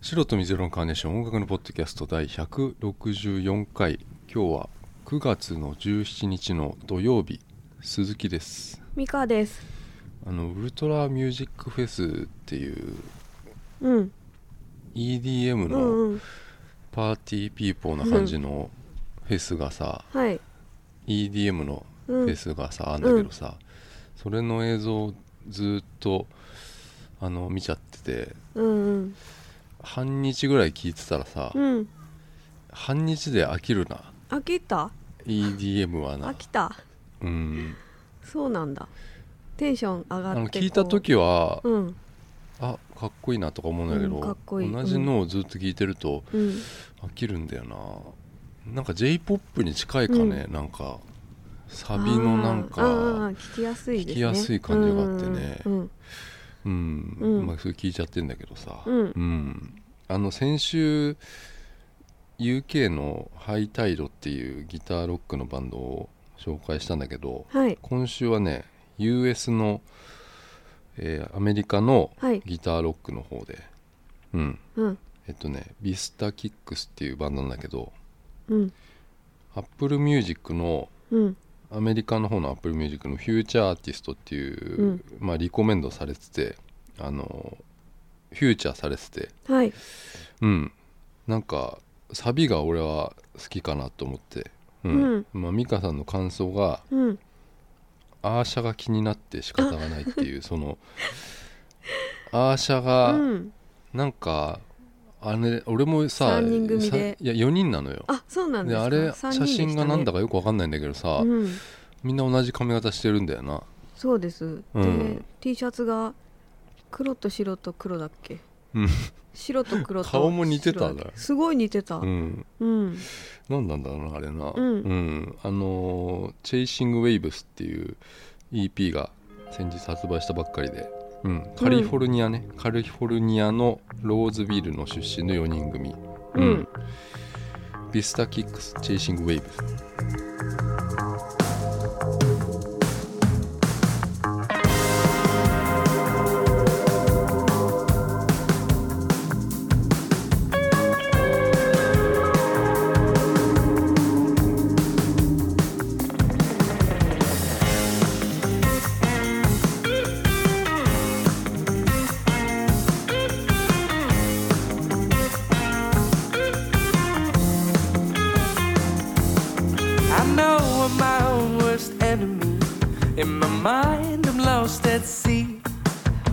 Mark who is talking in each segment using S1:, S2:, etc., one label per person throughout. S1: 白と水色のカーネーション音楽のポッドキャスト第164回今日は9月の17日の土曜日鈴木です
S2: ミカです
S1: あのウルトラミュージックフェスっていう
S2: うん
S1: EDM
S2: う
S1: の
S2: んうん
S1: パーティーピーポーな感じのフェスがさ、
S2: はい
S1: EDM の
S2: う
S1: フェ
S2: ん
S1: スがさあんだけどさ、それの映像をずっとあの見ちゃってて
S2: うん
S1: 半日ぐらい聞いてたらさ、
S2: うんうん
S1: 半日で飽きるな
S2: 飽きた
S1: EDM はな
S2: 飽きた
S1: うん
S2: そうなんだテンション上
S1: あ
S2: が
S1: の
S2: って
S1: 聞いた時は、
S2: こううん
S1: あかっこいいなとか思うんだけど、
S2: うんかっこいい
S1: 同じのをずっと聞いてると
S2: うん
S1: 飽きるんだよななんか j p o p に近いかね、なんかサビのなん
S2: あーあ
S1: か
S2: ー聞きやすいですね
S1: 聞きやすい感じがあってね
S2: うん
S1: うん、
S2: うん
S1: まあ、それ聞いちゃってんだけどさ、
S2: うん
S1: あの先週 UK のハイタイドっていうギターロックのバンドを紹介したんだけど
S2: はい
S1: 今週はね US の、えーアメリカの
S2: はい
S1: ギターロックの方で、うん、
S2: うん
S1: えっとねビスタキックスっていうバンドなんだけど
S2: うん
S1: アップルミュージックの
S2: うん
S1: アメリカの方のアップルミュージックのフューチャーアーティストっていう、
S2: うん
S1: まあリコメンドされててあのフューチャーされてて
S2: はい
S1: うんなんかサビが俺は好きかなと思ってうん、まあ美香さんの感想が
S2: うん
S1: アーシャが気になって仕方がないっていうそのアーシャが、
S2: うん
S1: なんかあれ俺もさ
S2: 三人組で
S1: さいや4人なのよ
S2: あそうなんで
S1: です
S2: か
S1: あれ
S2: 三
S1: 写
S2: 人でしたね
S1: 真がなんだかよくわかんないんだけどさ、
S2: うん
S1: みんな同じ髪型してるんだよな
S2: そうです
S1: う
S2: で
S1: ん
S2: T シャツが黒と白と黒だっけ
S1: うん
S2: 白と黒と
S1: 顔も似てた
S2: 白だっ
S1: ね
S2: けすごい似てた
S1: うん
S2: うん
S1: 何なんだろうなあれな
S2: うん
S1: あのー「チェイシング・ウェイブス」っていう EP が先日発売したばっかりで、うん、カリフォルニアね、カリフォルニアのローズビルの出身の4人組、
S2: うん
S1: ビスタキックスチェイシングウェイブ
S3: I know I'm my own worst enemy. In my mind, I'm lost at sea.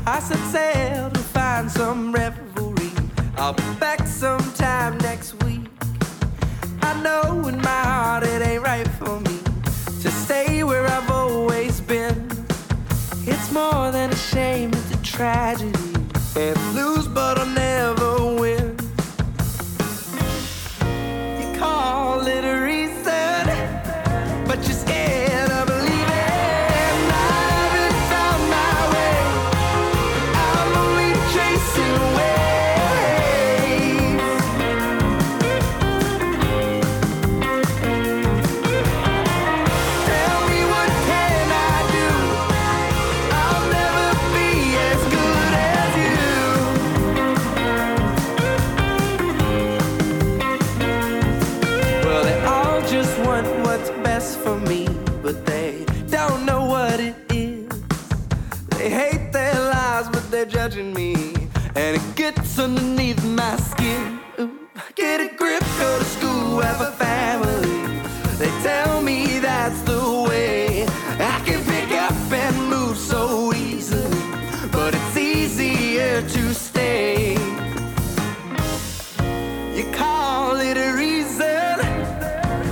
S3: I set sail to find some revelry. I'll be back sometime next week. I know in my heart it ain't right for me to stay where I've always been. It's more than a shame, it's a tragedy. And lose, but I'll never win. You call it a reason. But you're scared of leaving. I haven't found my way. I'm only chasing waves. Tell me what can I do? I'll never be as good as you. Well, they all just want what's best for me, but they don't know what it is. They hate their lives, but they're judging me, and it gets underneath my skin. Ooh, Get a grip, go to school, have a family. They tell me that's the way. I can pick up and move so easily, but it's easier to stay. You call it a reason,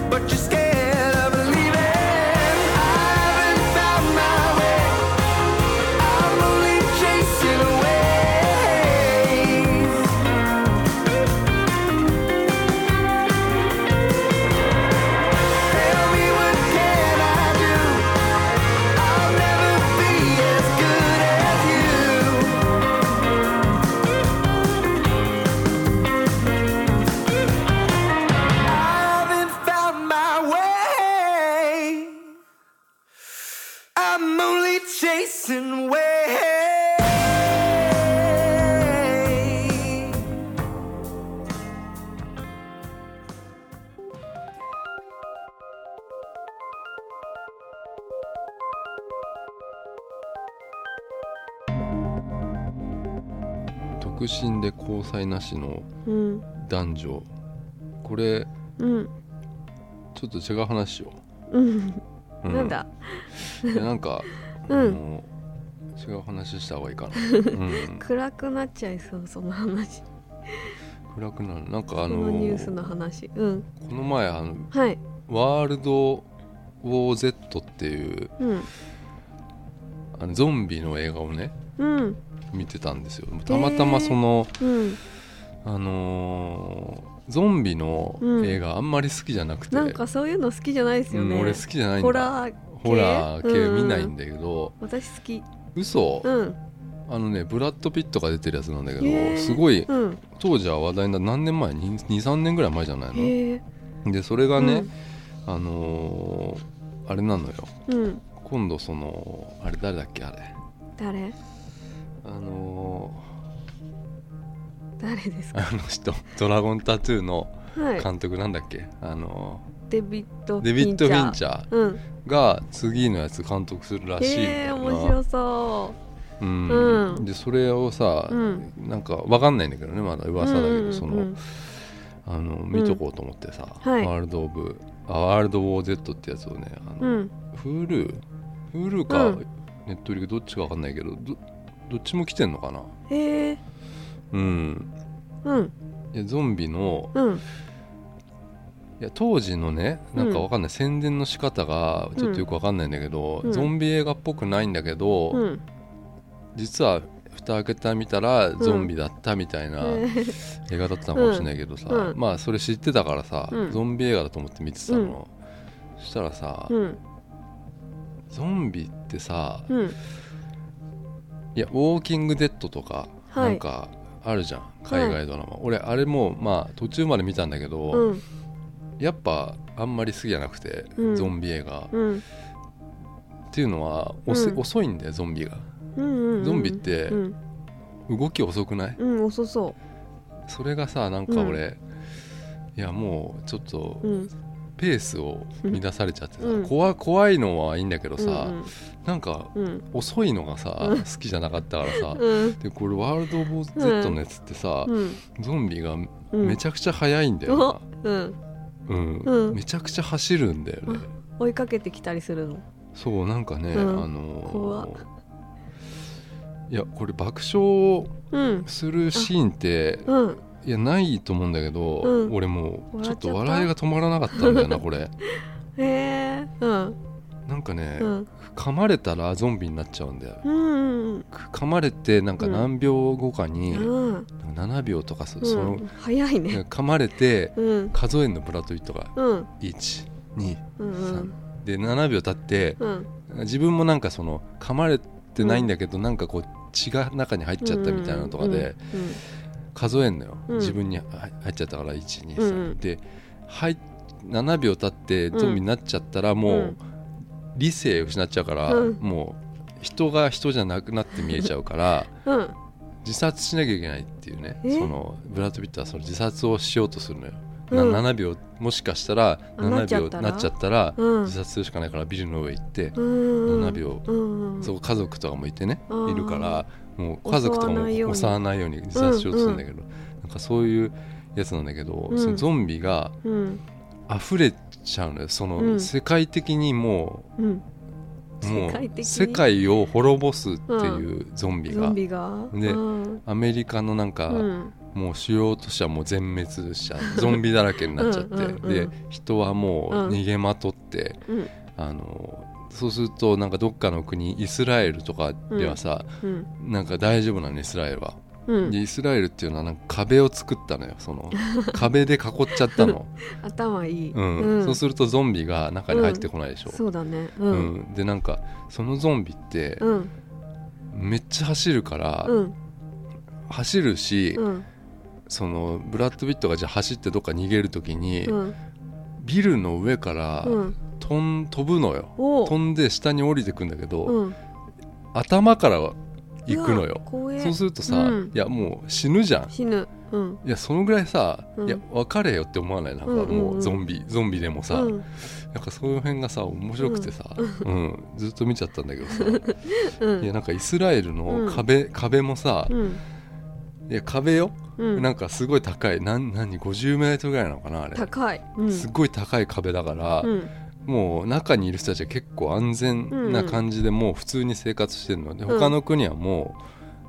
S3: but you're scared of leaving. I haven't found my way. I'm only chasing waves. Tell me what can I do? I'll never be as good as you. haven't found my way. I'm only chasing waves.
S1: 独身で交際なしの
S2: うん
S1: 男女これ
S2: うん
S1: ちょっと違う話しよ
S2: うん、
S1: う、う
S2: なんだ
S1: いやなんか、
S2: うん
S1: あの違う話した方がいい かな、うん、
S2: 暗くなっちゃいそうその話
S1: 暗くなるなんかあ
S2: こ
S1: の
S2: のニュースの話うん
S1: この前あの
S2: はい
S1: ワールドウォー Z っていう
S2: うん
S1: あのゾンビの映画をね
S2: うん
S1: 見てたんですよたまたまその、
S2: うん
S1: あのーゾンビの映画あんまり好きじゃなくて、
S2: なんかそういうの好きじゃないですよ
S1: うん
S2: ね、
S1: 俺好きじゃないんだ
S2: ホラー系
S1: ホラー系
S2: うん
S1: 見ないんだけど、
S2: 私好き
S1: 嘘、
S2: うん
S1: あのねブラッド・ピットが出てるやつなんだけ
S2: へ
S1: ど
S2: ー
S1: すごい
S2: うん
S1: 当時は話題にな何年前23年ぐらい前じゃないの
S2: へえ
S1: でそれがね、あのーあれなのよ
S2: うん、うん、
S1: 今度そのあれ誰だっけあれ
S2: 誰
S1: あの
S2: 誰です
S1: ー
S2: か
S1: あの人「ドラゴンタトゥー」の
S2: はい
S1: 監督なんだっけ、あの
S2: デビッド・
S1: ーデビッド・ヴィンチ
S2: ャ
S1: ャー
S2: ーうん
S1: が次のやつ監督するらしいんだ
S2: へえ
S1: よな
S2: 面白そう
S1: うん
S2: うん
S1: でそれをさ、
S2: うん
S1: なんかわかんないんだけどねまだ噂だけど、
S2: うんうんうん
S1: そのあの見とこうと思ってさ「
S2: はい
S1: ワールド・オブ・あワールド・ウォー・ Z」ってやつをねあ
S2: う
S1: の、
S2: ん
S1: Hulu Hulu か、
S2: うん
S1: ネットリどっちかわかんないけどどどっちも来てんのかな
S2: へえ
S1: うん
S2: うん
S1: いやゾンビの
S2: うん
S1: いや当時のねなんかわかんない、宣伝の仕方がちょっとよくわかんないんだけど、
S2: うん
S1: ゾンビ映画っぽくないんだけど、
S2: うん
S1: 実は蓋開けた見たらゾンビだったみたいな
S2: へえ
S1: 映画だったのかもしれないけどさ、
S2: うん
S1: まあそれ知ってたからさ、
S2: うん
S1: ゾンビ映画だと思って見てたの、そしたらさ、
S2: うん
S1: ゾンビってさ、
S2: うん
S1: いや「ウォーキング・デッド」とか、
S2: はい
S1: なんかあるじゃん海外ドラマ、俺あれもまあ途中まで見たんだけど、
S2: うん
S1: やっぱあんまり好きじゃなくて、
S2: うん
S1: ゾンビ映画、っ
S2: うん
S1: ていうのはおせ
S2: うん
S1: 遅いんだよゾンビが
S2: うんうん
S1: ゾンビって
S2: うん
S1: 動き遅くない、
S2: うん遅そ
S1: それがさなんか俺、いやもうちょっと
S2: ううん
S1: ペースを乱されちゃってさ、
S2: うん
S1: 怖怖いのはいいんだけどさ、なんか
S2: うん
S1: 遅いのがさ、
S2: うん
S1: 好きじゃなかったからさ、
S2: うん
S1: でこれ「ワールド・オブ・ゼット」のやつってさ、
S2: うん
S1: ゾンビが
S2: うん
S1: めちゃくちゃ速いんだよな、
S2: うん
S1: うん
S2: うん
S1: めちゃくちゃ走るんだよね、
S2: 追いかけてきたりするの
S1: そうなんかね、
S2: うん
S1: あのー
S2: 怖っ
S1: いやこれ爆笑
S2: うん
S1: するシーンって
S2: うん
S1: いやないと思うんだけど、
S2: うん
S1: 俺もうちょ
S2: 笑っちゃ
S1: っ
S2: った
S1: と笑いが止まらなかったんだよなこ れ
S2: へえうん
S1: なんかね、
S2: うん
S1: 噛まれたらゾンビになっちゃうんだよ
S2: うん
S1: 噛まれてなんか
S2: うん
S1: 何秒後かに、
S2: うん
S1: なんか7秒とかそ,、
S2: う
S1: その
S2: ん早いね
S1: 噛まれて
S2: うん
S1: 数えるのブラッド・イットが
S2: うん
S1: 123
S2: うんうん
S1: で7秒経って、
S2: うん
S1: 自分もなんかその噛まれてないんだけど、なんかこう血が中に入っちゃったみたいなのとかで数えんのよ、
S2: うん
S1: 自分に入入っちゃったから123、
S2: うんうん
S1: で入7秒経ってゾンビになっちゃったらもう、
S2: うん
S1: 理性失っちゃうから、
S2: うん
S1: もう人が人じゃなくなって見えちゃうから
S2: うんうん
S1: 自殺しなきゃいけないっていうね
S2: え
S1: そのブラッド・ピットはその自殺をしようとするのよ、
S2: う
S1: なん7秒もしかしたら
S2: なっちゃ
S1: 7
S2: っ
S1: 秒
S2: たら
S1: なっちゃったら
S2: うん
S1: 自殺するしかないからビルの上行って、
S2: うん
S1: 7秒
S2: うんうん
S1: そう家族とかもいてね
S2: うん
S1: いるからもう家族とか
S2: 襲わないよう
S1: も
S2: に
S1: 襲わないように自殺しようとするんだけど、なんかそういうやつなんだけど、
S2: うん
S1: そのゾンビが
S2: うん
S1: 溢れちゃうのよそうの
S2: ん
S1: 世界的にも
S2: うん
S1: う,、も
S2: 世界的
S1: う
S2: に
S1: 世界を滅ぼすっていうゾンビ
S2: ゾ
S1: が、
S2: ンビが
S1: ね
S2: うん
S1: アメリカのなんか、
S2: うん
S1: もう主要都市はもう全滅しちゃ うゾンビだらけになっちゃって
S2: うんうんうん
S1: で人はもう
S2: うん
S1: 逃げまとって、
S2: うん
S1: あのそうするとなんかどっかの国イスラエルとかではさ、
S2: うん
S1: なんか大丈夫なのイスラエルは。
S2: うん
S1: でイスラエルっていうのはなんか壁を作ったのよそ の壁で囲っちゃったの、
S2: 頭いい
S1: うんそうするとゾンビが中に入ってこないでしょ、
S2: そうだねう
S1: うんんでなんかそのゾンビって
S2: うん
S1: めっちゃ走るから、
S2: うん
S1: 走るし、
S2: うん
S1: そのブラッド・ビットがじゃあ走ってどっか逃げる時に、
S2: うん
S1: ビルの上から
S2: うん
S1: 飛ん飛ぶのよ、
S2: お
S1: 飛んで下に降りてくんだけど、
S2: うん
S1: 頭からは行くのよ
S2: うわ怖え
S1: そうするとさ、
S2: うん
S1: いやもう死ぬじゃん
S2: 死ぬうん
S1: いやそのぐらいさ、
S2: うん
S1: いや別れよって思わないなんか
S2: うんうんうん
S1: もうゾンビ、ゾンビでもさ、
S2: うん
S1: なんかそういう辺がさ面白くてさ、うんずっと見ちゃったんだけどさ
S2: う
S1: いや
S2: ん
S1: なんかイスラエルの壁、壁もさ、
S2: うん
S1: いや壁よ、
S2: うん
S1: なんかすごい高いなん何50メートルぐらいなのかなあれ
S2: 高い、うん、
S1: すっごい高い壁だから、
S2: うん
S1: もう中にいる人たちは結構安全な感じでもう普通に生活してるので、
S2: うん
S1: 他の国はも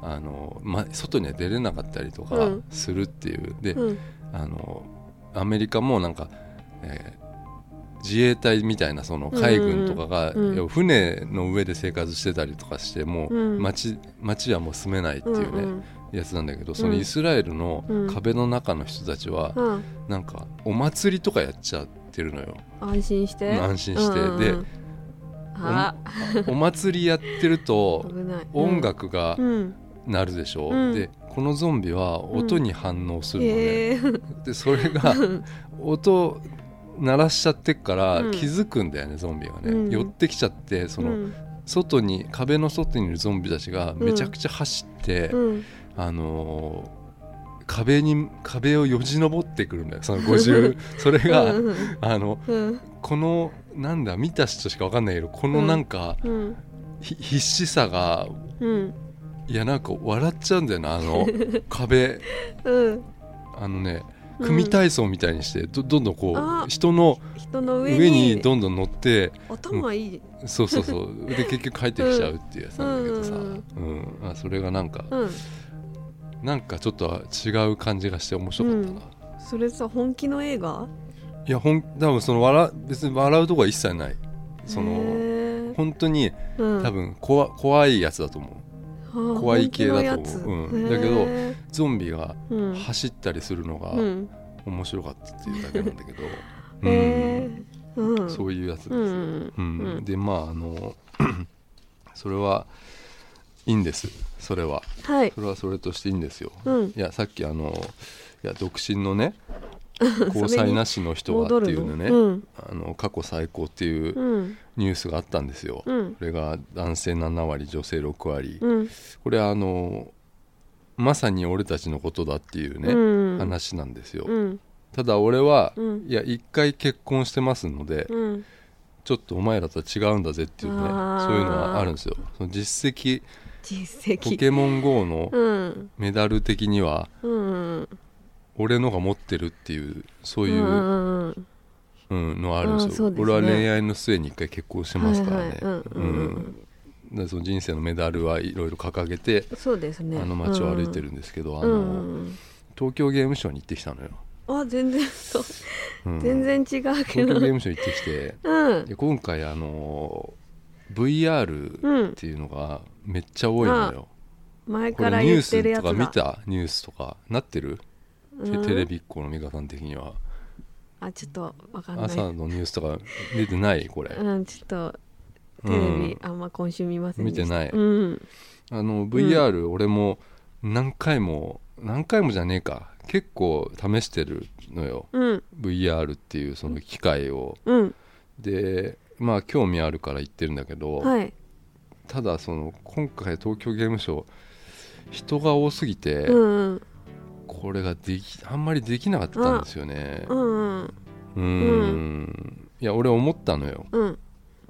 S1: うあの、ま、外には出れなかったりと
S2: う
S1: か
S2: ん
S1: するっていう、で、
S2: うん
S1: あのアメリカもなんか、えー自衛隊みたいなその海軍とかが、
S2: うんうんうん
S1: 要は船の上で生活してたりとかしてもう
S2: うん
S1: 町町はもう住めないっていうね、
S2: うん
S1: やつなんだけどそのイスラエルの
S2: うん
S1: 壁の中の人たちは
S2: うんうん
S1: なんかお祭りとかやっちゃってるのよ。
S2: 安心して
S1: うん安心してで
S2: うんあ
S1: お祭りやってると
S2: 危ない
S1: 音楽が
S2: うん
S1: 鳴るでしょ、
S2: うん
S1: でこのゾンビは音に反応するのね、
S2: えー
S1: でそれ が音鳴らしちゃってっから
S2: うん
S1: 気づくんだよね、ゾンビがね、
S2: うん
S1: 寄ってきちゃって その
S2: うん
S1: 外に壁の外にいるゾンビたちがめちゃくちゃ走って、
S2: うん
S1: あのー壁に壁をよじ登ってくるんだよその50 それが、
S2: うん
S1: あの
S2: うん
S1: このなんだ見た人しか分かんないけどこのなんか、
S2: うん
S1: ひ必死さが
S2: うん
S1: いやなんか笑っちゃうんだよなあ の壁
S2: うん
S1: あのね
S2: うん
S1: 組体操みたいにしてどどんどんこ
S2: あ
S1: う人の
S2: 人の上に
S1: 上にどんどん乗って
S2: 頭いい
S1: そうそうそう で結局帰ってきちゃうっていうやつなんだけどさ、
S2: う
S1: うんんあそれがなんか
S2: うん
S1: なんかちょっと違う感じがして面白かったな、
S2: それさ本気の映画
S1: いやほん多分その笑別に笑うとこは一切ないそ
S2: へ
S1: の
S2: ー
S1: 本当に
S2: うん
S1: 多分怖怖いやつだと思う
S2: あー
S1: 怖い系だと思う
S2: 本気のやつ
S1: うんだけど
S2: へ
S1: ゾンビが
S2: ーうん
S1: 走ったりするのが
S2: うん
S1: 面白かったっていうだけなんだけど、うん
S2: へーうん
S1: そういうやつです、
S2: うん
S1: うん
S2: うん
S1: でまああの それはいいんですそれは
S2: はい
S1: それはそれとしていいんですよ、
S2: うん
S1: いやさっきあのいや独身の ね
S2: に
S1: 交際なしの人は
S2: 戻
S1: ってい
S2: る
S1: うの
S2: の
S1: ね
S2: うん
S1: あの過去最高っていううんニュースがあったんですよ、
S2: うん
S1: これが男性7割女性6割、
S2: うん
S1: これあのまさに俺たちのことだっていうね、
S2: うん
S1: 話なんですよ、
S2: うん
S1: ただ俺は、
S2: うん
S1: いや一回結婚してますので、
S2: うん
S1: ちょっとお前らとは違うんだぜっていうね
S2: あー
S1: そういうのはあるんですよその実績
S2: 実績
S1: ポケモン GO の
S2: うん
S1: メダル的には
S2: うん
S1: 俺のが持ってるっていうそういうう、
S2: んうん
S1: うん、のはあるんですよ
S2: あーそうです
S1: 俺
S2: ね
S1: は恋愛の末に一回結婚してますからね
S2: はいはいうんうんうん
S1: うんだからその人生のメダルはいろいろ掲げて、
S2: そうですね
S1: あの街を歩いてるんですけど、あ
S2: うん
S1: の
S2: うん
S1: 東京ゲームショウに行ってきたのよ、
S2: あ全然そう
S1: うん
S2: 全然違うけ
S1: 東
S2: ど
S1: 京ゲームショウ行ってきて
S2: うん
S1: で今回あの VR
S2: うん
S1: っていうのがめっちゃ多いのよ、
S2: 前
S1: こ
S2: か
S1: れ
S2: ら
S1: ニュ
S2: 言
S1: ー
S2: ってる
S1: ス
S2: や
S1: と
S2: つ
S1: か
S2: だ
S1: 見たニュースとかなってる、て
S2: うん
S1: テレビっ子の美香さん的には
S2: あちょっとわかんない
S1: 朝のニュースとか出てないこれ、
S2: うんちょっとテ
S1: う
S2: レ
S1: ん
S2: ビあんま今週見ませんで
S1: 見
S2: した
S1: てない
S2: うん
S1: あの VR、俺も何回も何回もじゃねえか結構試してるのよ
S2: うん
S1: VR っていうその機械を
S2: うん
S1: でまあ興味あるから行ってるんだけど、
S2: はい
S1: ただその今回東京ゲームショウ人が多すぎて、
S2: うんうん
S1: これができあんまりできなかったんですよね
S2: うんうん
S1: うーんいや俺思ったのよ
S2: うん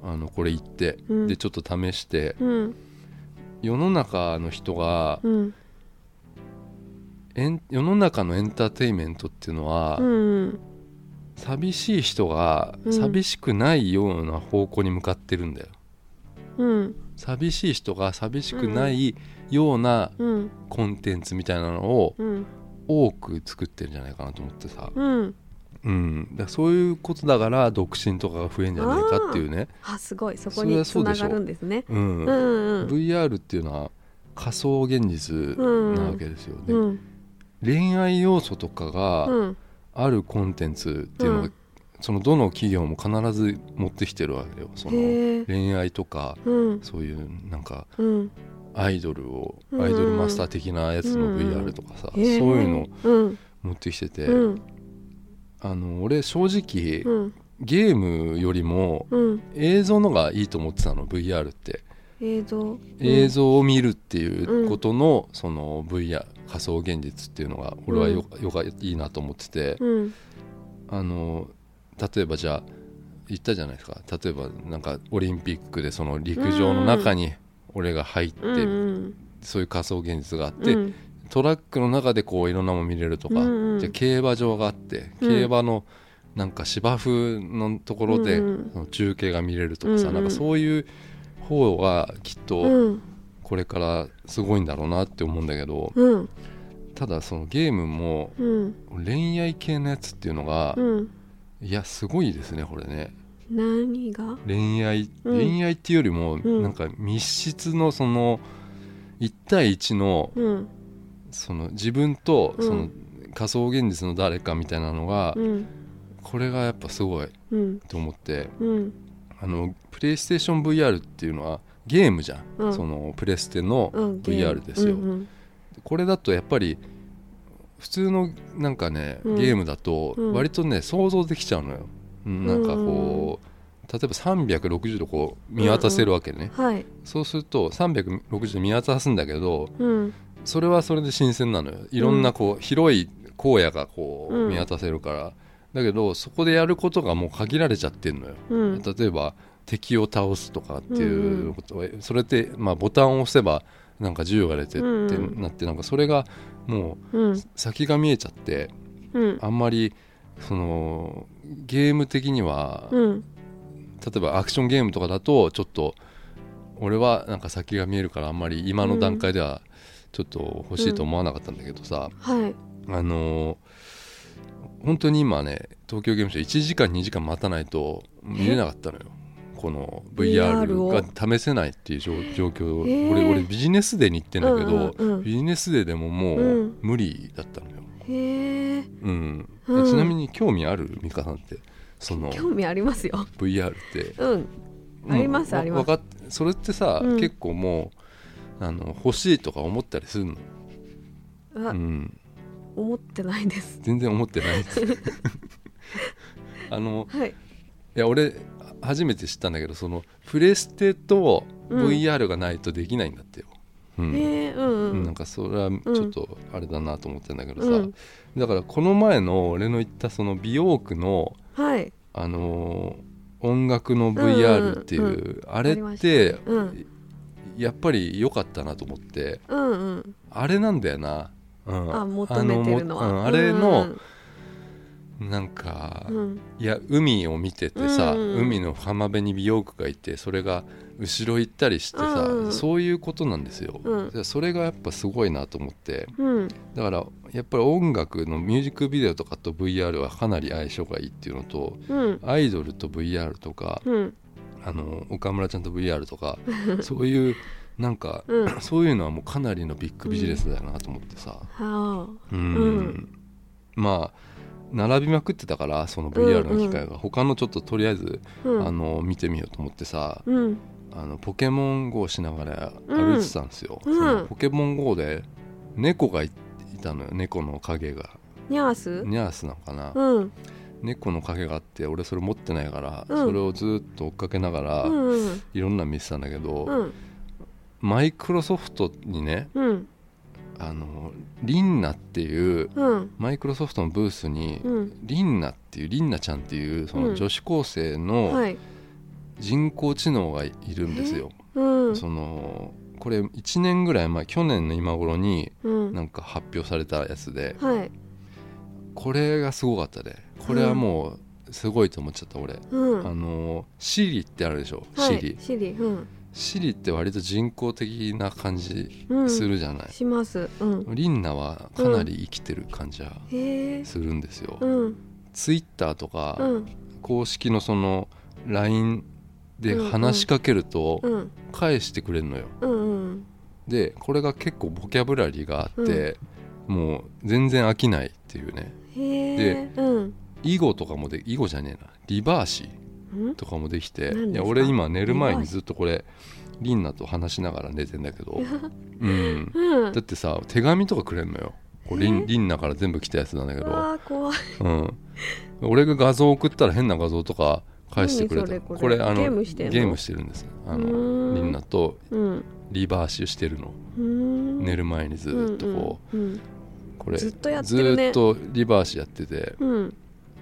S1: あのこれ行って、
S2: うん
S1: でちょっと試して
S2: うん
S1: 世の中の人が、
S2: うん
S1: エン世の中のエンターテインメントっていうのは、
S2: うん
S1: 寂しい人が
S2: うん
S1: 寂しくないような方向に向かってるんだよ、
S2: うん
S1: 寂しい人が寂しくないような
S2: うん
S1: コンテンツみたいなのを
S2: うん
S1: 多く作ってるんじゃないかなと思ってさ、
S2: うん
S1: うん、だからそういうことだから独身とかが増えんじゃないかっていうね、
S2: あすごいそこ
S1: それ
S2: に
S1: はそう
S2: 繋
S1: でしょ
S2: がるんですね
S1: う
S2: うんんうん
S1: VR っていうのは仮想現実なわけですよ、
S2: う
S1: ね
S2: ん
S1: 恋愛要素とかが
S2: うん
S1: あるコンテンツっていうのが、
S2: うん
S1: そのどの企業も必ず持ってきてるわけよその
S2: へえ
S1: 恋愛とか
S2: うん
S1: そういうなんか
S2: うん
S1: アイドルを
S2: うん
S1: アイドルマスター的なやつの VR とかさ、
S2: へえ
S1: そういうの
S2: うん
S1: 持ってきてて、
S2: うん
S1: あの俺正直、
S2: うん
S1: ゲームよりも
S2: うん
S1: 映像のがいいと思ってたの VR って
S2: 映像
S1: 映像を見るっていうことの、その VR 仮想現実っていうのが俺はよ,、よがいいなと思ってて、
S2: うん
S1: あの例えばじゃあ言ったじゃないですか例えばなんかオリンピックでその陸上の中に俺が入って、
S2: うんうん
S1: そういう仮想現実があって、
S2: うん
S1: トラックの中でこういろんなもん見れるとか、
S2: うんうん
S1: じゃあ競馬場があって、
S2: うん
S1: 競馬のなんか芝生のところで、
S2: うんうん
S1: その中継が見れるとかさ、
S2: うんうん
S1: なんかそういう方がきっと
S2: うん
S1: これからすごいんだろうなって思うんだけど、
S2: うん
S1: ただそのゲームも
S2: うん
S1: 恋愛系のやつっていうのが、
S2: うん
S1: いやすごいですねこれね
S2: 何が
S1: 恋愛、
S2: うん
S1: 恋愛っていうよりも、
S2: ん
S1: なんか密室のその1対1の
S2: うん
S1: その自分と
S2: うん
S1: その仮想現実の誰かみたいなのが、
S2: うん
S1: これがやっぱすごい
S2: うん
S1: と思って
S2: うん
S1: あのプレイステーション VR っていうのはゲームじゃん、
S2: うん
S1: そのプレステの
S2: うんゲーム
S1: VR ですよ、
S2: うん
S1: これだとやっぱり普通のなんかね、
S2: うん
S1: ゲームだと
S2: うん
S1: 割とね想像できちゃうのよ、うんなんかこう例えば360度こう見渡せるわけね、
S2: うんはい
S1: そうすると360度見渡すんだけど
S2: うん
S1: それはそれで新鮮なのよいろんなこう、広い荒野がこ
S2: う
S1: うん見渡せるから、だけどそこでやることがもう限られちゃってんのよ、
S2: うん
S1: 例えば敵を倒すとかって
S2: うん
S1: いううんことは、それって、まあ、ボタンを押せばなんか銃が出てって
S2: うんうん
S1: なって、なんかそれがも
S2: うん
S1: う先が見えちゃって
S2: うん
S1: あんまりそのゲーム的には、例
S2: うん
S1: えばアクションゲームとかだとちょっと俺はなんか先が見えるからあんまり今の段階ではちょっと欲しいと思わなかったんだけどさ、
S2: はい
S1: あのー本当に今ね東京ゲームショウ1時間2時間待たないと見れなかったのよこの
S2: VR
S1: VR
S2: を
S1: が試せないっていう状状況、
S2: えー
S1: 俺俺ビジネスデーに行ってんだけど、
S2: うんうんうん
S1: ビジネスデーでもも
S2: う
S1: うん無理だったのよ、
S2: へえ
S1: うん
S2: うん
S1: ちなみに興味ある美香さんってその
S2: 興味ありますよ
S1: VR って
S2: うん
S1: うん
S2: あります
S1: わ
S2: あります
S1: わかっそれってさ、
S2: うん
S1: 結構もうあの欲しいとか思ったりするの、
S2: あ
S1: うん、
S2: 思ってないです
S1: 全然思って ないあの
S2: はい
S1: いや俺あ初めて知ったんだけどそのプレステと
S2: うん
S1: VR がないとできないんだってよ、うん
S2: へえうん
S1: う
S2: うんん
S1: なんかそれはちょっとあれだなと思ってんだけどさ、
S2: うん
S1: だからこの前の俺の言ったその美容区の、
S2: はい
S1: あのー音楽の
S2: うんうん
S1: VR っていう、
S2: う
S1: あ
S2: あ
S1: れ
S2: りま
S1: っ
S2: してたうん
S1: やっぱり良かったなと思って
S2: うんうん
S1: あれなんだよな、うん、
S2: あ求めてるのは
S1: あのもうんあれのなんか、
S2: うんうん
S1: いや海を見ててさ、
S2: うんうんうん
S1: 海の浜辺に美容区がいてそれが後ろ行ったりしてさ、
S2: うんうん
S1: そういうことなんですよ、
S2: うん
S1: でそれがやっぱすごいなと思って
S2: うん
S1: だからやっぱり音楽のミュージックビデオとかと VR はかなり相性がいいっていうのと
S2: うん
S1: アイドルと VR とか、
S2: うん
S1: あの岡村ちゃんと VR と かそういうなんか、
S2: うん
S1: そういうのはもうかなりのビッグビジネスだよなと思ってさ、
S2: はあ
S1: うん
S2: うん
S1: まあ並びまくってたからその VR の機会が、他のちょっととりあえず
S2: うん
S1: あの見てみようと思ってさ、
S2: うん
S1: あのポケモン GO しながら
S2: うん
S1: 歩いてたんですよ、
S2: うん
S1: そのポケモン GO で猫がいいたのよ猫の影が
S2: ニャース
S1: ニャースなのかな、
S2: うん
S1: 猫の影があって俺それ持ってないから、
S2: うん
S1: それをずっと追っかけながら、
S2: うんうん
S1: いろんなの見てたんだけど、
S2: うん
S1: マイクロソフトにね
S2: うん
S1: あのリンナっていう
S2: うん
S1: マイクロソフトのブースに、
S2: うん
S1: リンナっていうリンナちゃんっていうその女子高生
S2: は
S1: の
S2: い
S1: 人工知能がいるんですよ、
S2: うん
S1: そのこれ1年ぐらい前去年の今頃に
S2: うん
S1: なんか発表されたやつで
S2: はい
S1: これがすごかったでこれはもうすごいと思っちゃった俺、
S2: うん
S1: あの Siri ってあるでしょ、
S2: はい
S1: Siri
S2: シリうん
S1: Siri って割と人工的な感じ
S2: うん
S1: するじゃない、
S2: しますうん
S1: リンナはかなり生きてる感じは
S2: へえ
S1: するんですよ、
S2: うん
S1: ツイッターとか、
S2: うん
S1: 公式のその LINE で
S2: うんうん
S1: 話しかけると
S2: うん
S1: 返してくれるのよ、
S2: うんうん
S1: でこれが結構ボキャブラリーがあって、もう全然飽きないっていうね
S2: へえうん
S1: 囲碁とかもで囲碁じゃねえなリバーシ
S2: うん
S1: とかもできて
S2: 何ですか
S1: いや俺今寝る前
S2: リバ
S1: に
S2: ーシ
S1: ずっとこれリンナと話しながら寝てんだけ ど、うん、
S2: うん
S1: だってさ手紙とかくれんのよこうリンリンナから全部来たやつなんだけど
S2: あー怖い
S1: うん、俺が画像送ったら変な画像とか返してくれた
S2: 何それこれ
S1: あの
S2: ゲームしてんの
S1: ゲームしてるんですあ
S2: う
S1: の
S2: ーん
S1: みんなと
S2: うん
S1: リバーシュしてるの、
S2: うん
S1: 寝る前にずっとこ
S2: うんうん
S1: う、これ
S2: ずっとやってるね
S1: ずっとリバーシュやってて
S2: うん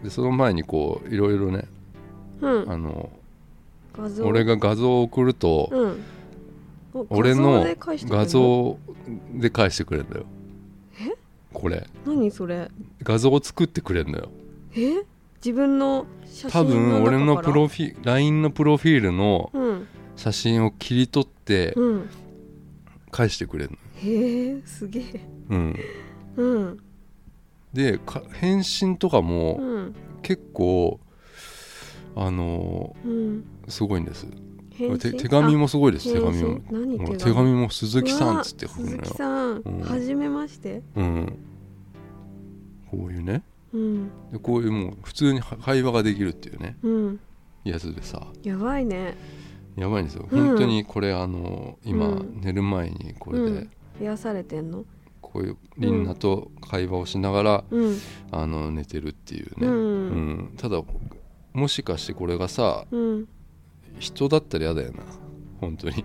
S1: でその前にこういろいろね
S2: うんうん
S1: あの
S2: 画像
S1: 俺が画像を送ると、
S2: うんお
S1: 俺の
S2: 画像で返してくれ
S1: 画像で
S2: る
S1: 返してくれるんだよこれ
S2: 何それ
S1: 画像を作ってくれるのよ
S2: え自分の写
S1: 多
S2: 真の
S1: 分俺の
S2: 中
S1: プ
S2: から
S1: ロフィ LINE のプロフィールの
S2: うん
S1: 写真を切り取って
S2: うん
S1: 返してくれるの
S2: へえすげえ
S1: うん
S2: うん
S1: でか返信とかも
S2: うん
S1: 結構あの
S2: うん
S1: ーすごいんです
S2: 返
S1: て
S2: 信
S1: 手紙もすごいで
S2: あ
S1: す手紙も
S2: 返信何
S1: ほら
S2: 手紙
S1: 手紙も鈴木さ
S2: うんわ
S1: っつって書くの
S2: 鈴
S1: よ
S2: 木さん
S1: うん
S2: はじめまして
S1: うんこういうね
S2: うん
S1: でこういうもう普通には会話ができるっていうね
S2: うん
S1: やつでさ
S2: やばいね
S1: やばいんですよ、
S2: うん
S1: 本当にこれあの今、
S2: うん
S1: 寝る前にこれ
S2: う
S1: で
S2: ん癒されてんの
S1: こういうみんなと会話をしながら、
S2: うん
S1: あの寝てるっていうね、
S2: うん
S1: うんただもしかしてこれがさ
S2: うん
S1: 人だったら嫌だよな本当に、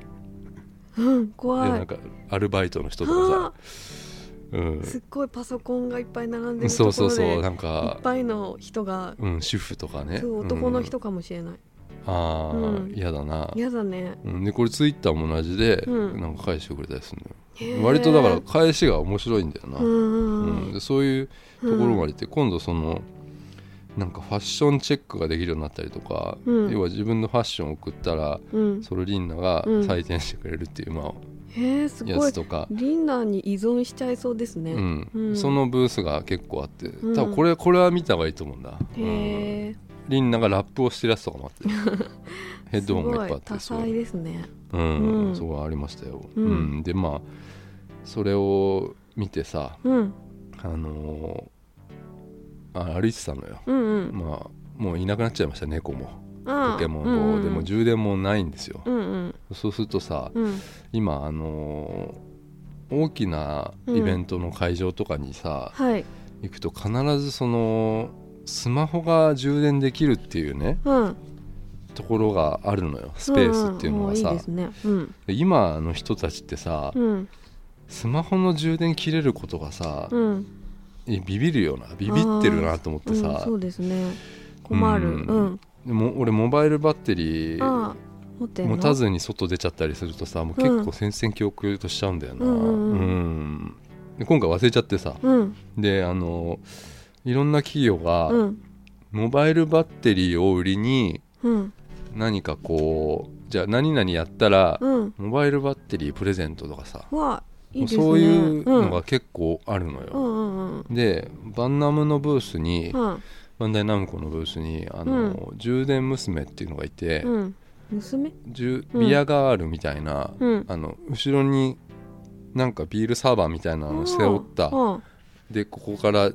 S2: うん
S1: い
S2: 怖
S1: やないんかアルバイトの人と
S2: は
S1: か
S2: あ
S1: さ、うん、
S2: すっごいパソコンがいっぱい並んでるとこ
S1: そ
S2: ろ
S1: う
S2: で
S1: そうそうなん
S2: い
S1: か
S2: っ、ぱいの人が
S1: うん、主婦とかね
S2: そう男の人かもしれない
S1: うんああ、
S2: うん
S1: 嫌だな
S2: 嫌だね
S1: うんでこれツイッターも同じで、
S2: うん
S1: なんか返してくれたりするのよ
S2: へー
S1: 割とだから返しが面白いんだよな、
S2: うんうんう
S1: うん
S2: ん
S1: でそういうところまで行って、今度そのなんかファッションチェックができるようになったりとか、
S2: うん
S1: 要は自分のファッションを送ったら
S2: うん
S1: それをリンナが
S2: うん
S1: 採点してくれるっていう、ま
S2: へえす
S1: あ、や
S2: ごい
S1: つとか、
S2: リンナーに依存しちゃいそうですね
S1: うん
S2: うん
S1: そのブースが結構あって
S2: うん
S1: 多分これこれは見た方がいいと思うんだ、うん
S2: へえ
S1: リンナがラップをしてるやつとかもあって ヘッドホンがいっぱいあって
S2: すご多彩ですね
S1: そううん
S2: うん
S1: そこがありましたよ、
S2: うん
S1: うんでまあそれを見てさ
S2: うん
S1: あのーあ歩いてたのよ
S2: うんうん
S1: まあもういなくなっちゃいました猫も
S2: ああ
S1: ポケモン GO、
S2: うんうん
S1: でも充電もないんですよ、
S2: うんうん
S1: そうするとさ
S2: うん
S1: 今あのー大きなイベントの会場とかにさ、
S2: はい
S1: 行くと必ずそのスマホが充電できるっていうね
S2: うん
S1: ところがあるのよスペースっていうのがさ、
S2: うんうんもういいですねうん
S1: で今の人たちってさ、
S2: うん
S1: スマホの充電切れることがさ、
S2: うん
S1: えビビるよなビビってるなと思っ
S2: う
S1: て
S2: ん
S1: さ、
S2: そうですね困る
S1: うん
S2: うん
S1: でも俺モバイルバッテリー
S2: ああ持ってんの
S1: 持たずに外出ちゃったりするとさもう結構戦々恐々としちゃうんだよな、
S2: うんうんうん
S1: うんで今回忘れちゃってさ
S2: うん
S1: であのいろんな企業が
S2: うん
S1: モバイルバッテリーを売りに
S2: うん
S1: 何かこうじゃあ何々やったら
S2: うん
S1: モバイルバッテリープレゼントとかさ
S2: わいいですね
S1: そういうの
S2: ん
S1: が結構あるのよ、
S2: うんうんうん
S1: でバンナムのブースに
S2: うん
S1: バンダイナムコのブースにあの、充電娘っていうのがいて、
S2: うん娘
S1: じゅ
S2: うん
S1: ビアガールみたいな、
S2: うん
S1: あの後ろになんかビールサーバーみたいなのを背負った、
S2: うん
S1: でここから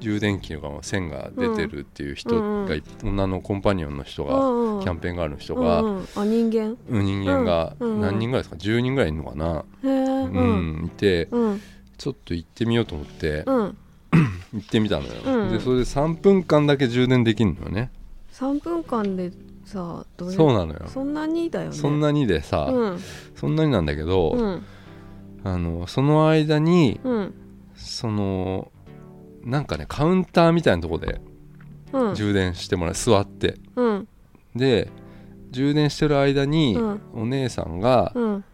S1: 充電器の線が出てるっていう人がい、女のコンパニオンの人
S2: う
S1: が、
S2: んうん
S1: キャンペーンガールの人が、
S2: うんうんあ人間
S1: 人間が
S2: うんうん
S1: 何人ぐらいですか、10人ぐらいいるのかな、
S2: へえう
S1: うん
S2: ん
S1: いて
S2: うん
S1: ちょっと行ってみようと思って、
S2: うん
S1: 行ってみたのよ、
S2: うん
S1: でそれで3分間だけ充電できるのよね、
S2: 三分間でさどれ
S1: そうなのよ
S2: そんなにだよね
S1: そんなにでさ、
S2: うん
S1: そんなになんだけど、
S2: うん
S1: あのその間に、
S2: うん
S1: そのなんかねカウンターみたいなとこで
S2: うん
S1: 充電してもらう、座って
S2: うん
S1: で充電してる間に、
S2: うん
S1: お姉さんが、
S2: うん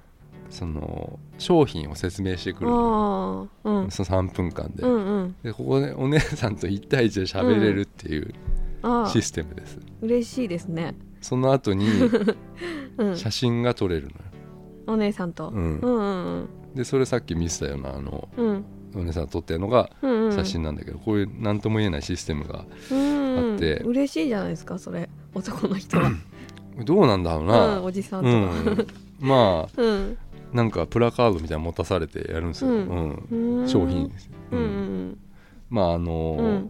S1: その商品を説明してくるの
S2: ああうん
S1: その3分間で,、
S2: うんうん
S1: でここでお姉さんと1対1で喋れるっていう
S2: ああ
S1: システムです、
S2: 嬉しいですね
S1: その後 に
S2: うん
S1: 写真が撮れるのよ、
S2: お姉さんと
S1: うん
S2: うんうん
S1: でそれさっき見せたようなあの
S2: うんうん
S1: お姉さんが撮ってるのが
S2: うんうん
S1: 写真なんだけど、こういう何とも言えないシステムが
S2: うん
S1: あって
S2: 嬉しいじゃないですかそれ男の人は
S1: どうなんだろう
S2: う
S1: な、
S2: んおじさん
S1: う
S2: とか
S1: ん、まあ
S2: うん
S1: なんかプラカードみたいなの持たされてやるんですよ、
S2: う
S1: うんん
S2: うん
S1: 商品、う
S2: う
S1: んん
S2: うん
S1: まああの
S2: う
S1: ー
S2: ん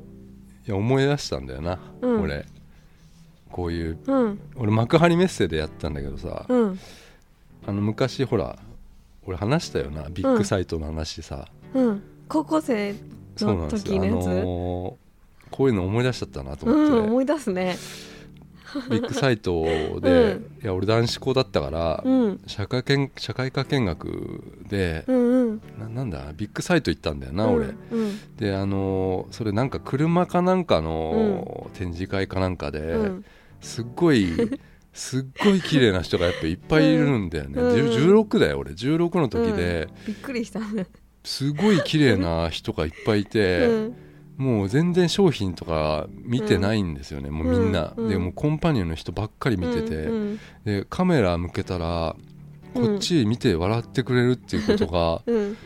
S1: いや思い出したんだよな、
S2: うん
S1: 俺こういう
S2: うん
S1: 俺幕張メッセでやったんだけどさ、
S2: うん
S1: あの昔ほら俺話したよなビッグサイトの話さ、
S2: うん高校生
S1: そうなんですよ、
S2: の
S1: あ
S2: 時のやつ
S1: のーこういうの思い出しちゃったなと
S2: う
S1: 思って、
S2: ん思い出すね
S1: ビッグサイトで、いや俺男子校だったから、
S2: うん
S1: 社会見社会科見学で
S2: う、んうん
S1: ななんだビッグサイト行ったんだよな、俺
S2: うん
S1: であのーそれなんか車かなんかの展示会かなんかで、
S2: うん
S1: すっごいすっごい綺麗な人がやっぱいっぱいいるんだよね、
S2: うん
S1: で16だよ俺16の時で、
S2: びっくりしたね
S1: すごい綺麗な人がいっぱいいて、
S2: うん
S1: もう全然商品とか見てないんですよね、もうみんな、
S2: うんうん
S1: でもうコンパニオンの人ばっかり見てて、
S2: うん
S1: でカメラ向けたら
S2: うん
S1: こっち見て笑ってくれるっていうことが
S2: うん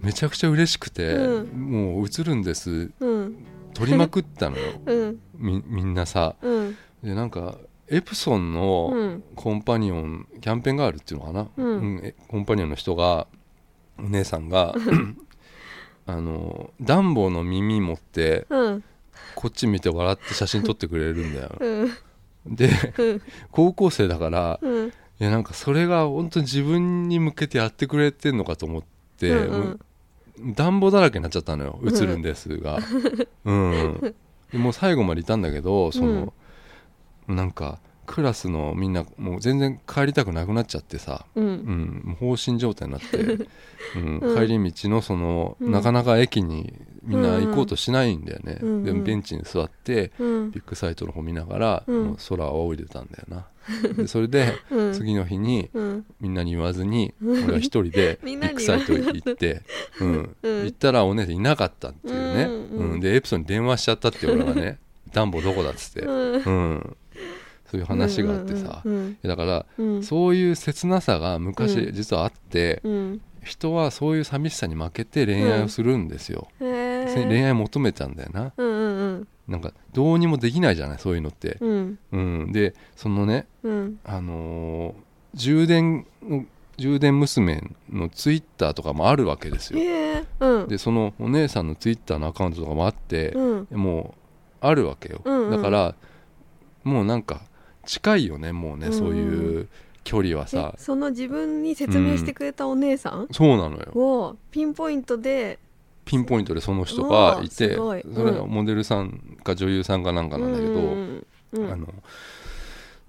S1: めちゃくちゃ嬉しくて、
S2: うん
S1: もう映るんです
S2: うん
S1: 撮りまくったのよ
S2: うん
S1: み みんなさ
S2: うん
S1: でなんかエプソン
S2: う
S1: の
S2: ん
S1: コンパニオンキャンペーンガールっていうのかな、
S2: うん
S1: えコンパニオンの人がお姉さん があのダンボの耳持って
S2: うん
S1: こっち見て笑って写真撮ってくれるんだよ
S2: うん
S1: で
S2: うん
S1: 高校生だから
S2: うん
S1: いやなんかそれが本当に自分に向けてやってくれてんのかと思って、
S2: うんう
S1: も
S2: ん
S1: う暖房だらけになっちゃったのよ映るんです が、うん、でもう最後までいたんだけどその、なんかクラスのみんなもう全然帰りたくなくなっちゃってさ、
S2: う
S1: うんん、もう放心状態になっ て、うん
S2: うん
S1: 帰り道のその、
S2: うん
S1: なかなか駅にみんな行こうとしないんだよね、
S2: うんうん
S1: でベンチに座って
S2: うん
S1: ビッグサイトの方見ながら、
S2: うん
S1: もう空を仰いでたんだよな。でそれで
S2: うん
S1: 次の日に
S2: うん
S1: みんなに言わずに俺は一人でビ
S2: みんな
S1: ッグ
S2: に
S1: サ
S2: 言
S1: イ
S2: わな
S1: ト
S2: かった
S1: 行って、うん、
S2: うん
S1: 行ったらお姉さんいなかったっていうね、
S2: うん
S1: う
S2: うん
S1: んでエプソンに電話しちゃったって俺は ね「暖房どこだ」っつって、
S2: うん
S1: うん、そういう話があってさ、
S2: うん
S1: だから、
S2: うん
S1: そういう切なさが昔
S2: うん
S1: 実はあって、
S2: うん
S1: 人はそういう寂しさに負けて恋愛をするんですよ、
S2: へえ
S1: せ恋愛求めちゃうんだよな
S2: うんうん
S1: なんかどうにもできないじゃないそういうのって、
S2: うんうん
S1: うん、でそのね
S2: うん
S1: あのー充電の充電娘のツイッターとかもあるわけですよ
S2: へえうん
S1: でそのお姉さんのツイッターのアカウントとかもあって、
S2: うん
S1: もうあるわけよ、
S2: うんうん
S1: だからもうなんか近いよねもうね、
S2: うんうん
S1: そういう距離はさ
S2: えその自分に説明してくれたお姉さん
S1: そうなのよ
S2: をピンポイントで
S1: ピンポイントでその人がいて、
S2: うわすごい
S1: それは
S2: うん
S1: モデルさんか女優さんかなんかなんだけど、
S2: うんうん
S1: あの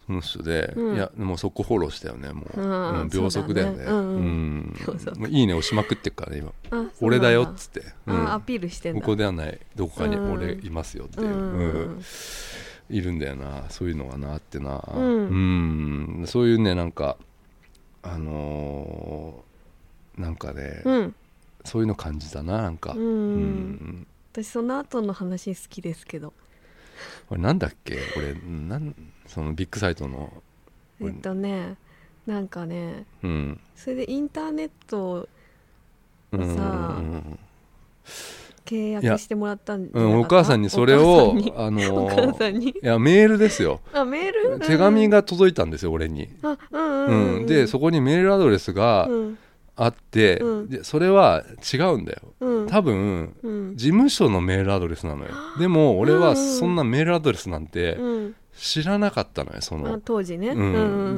S1: その人で、
S2: うん
S1: いやもうそこフォローしたよねもう、
S2: うん
S1: うん秒速だよね
S2: そうだねうんうん
S1: うん
S2: 秒速
S1: もういいね押しまくってっからね今
S2: あそうなんだ
S1: 俺だよっつって、う
S2: あア
S1: ん、
S2: ピールしてんだ
S1: ここではないどこかに
S2: うん
S1: 俺いますよっていうう、
S2: んうん
S1: う
S2: うん
S1: んいるんだよなそういうのがなあってな
S2: う
S1: うんそういうねなんかあのーなんかね、
S2: うん
S1: そういうの感じたななんか
S2: うん
S1: うん
S2: 私その後の話好きですけど
S1: これなんだっけ俺なんそのビッグサイトのうん
S2: えっとねなんかね
S1: うん
S2: それでインターネットを
S1: うんうんう
S2: さあ
S1: ん
S2: 契
S1: いや
S2: 約してもらったんじゃ
S1: う
S2: なかった
S1: んお母さんにそれを
S2: お母さんに
S1: あの
S2: お
S1: ー
S2: 母さんに
S1: いやメールですよ
S2: あメール、うん
S1: 手紙が届いたんですよ俺に、
S2: あうん
S1: う
S2: うんん、うん、
S1: でそこにメールアドレスが
S2: うん
S1: あって、
S2: うん
S1: でそれは違うんだよ
S2: うん
S1: 多分
S2: うん
S1: 事務所のメールアドレスなのよでも俺はそんなメールアドレスなんて
S2: うん
S1: 知らなかったのよそ
S2: あ
S1: の、
S2: 当時ね、
S1: うん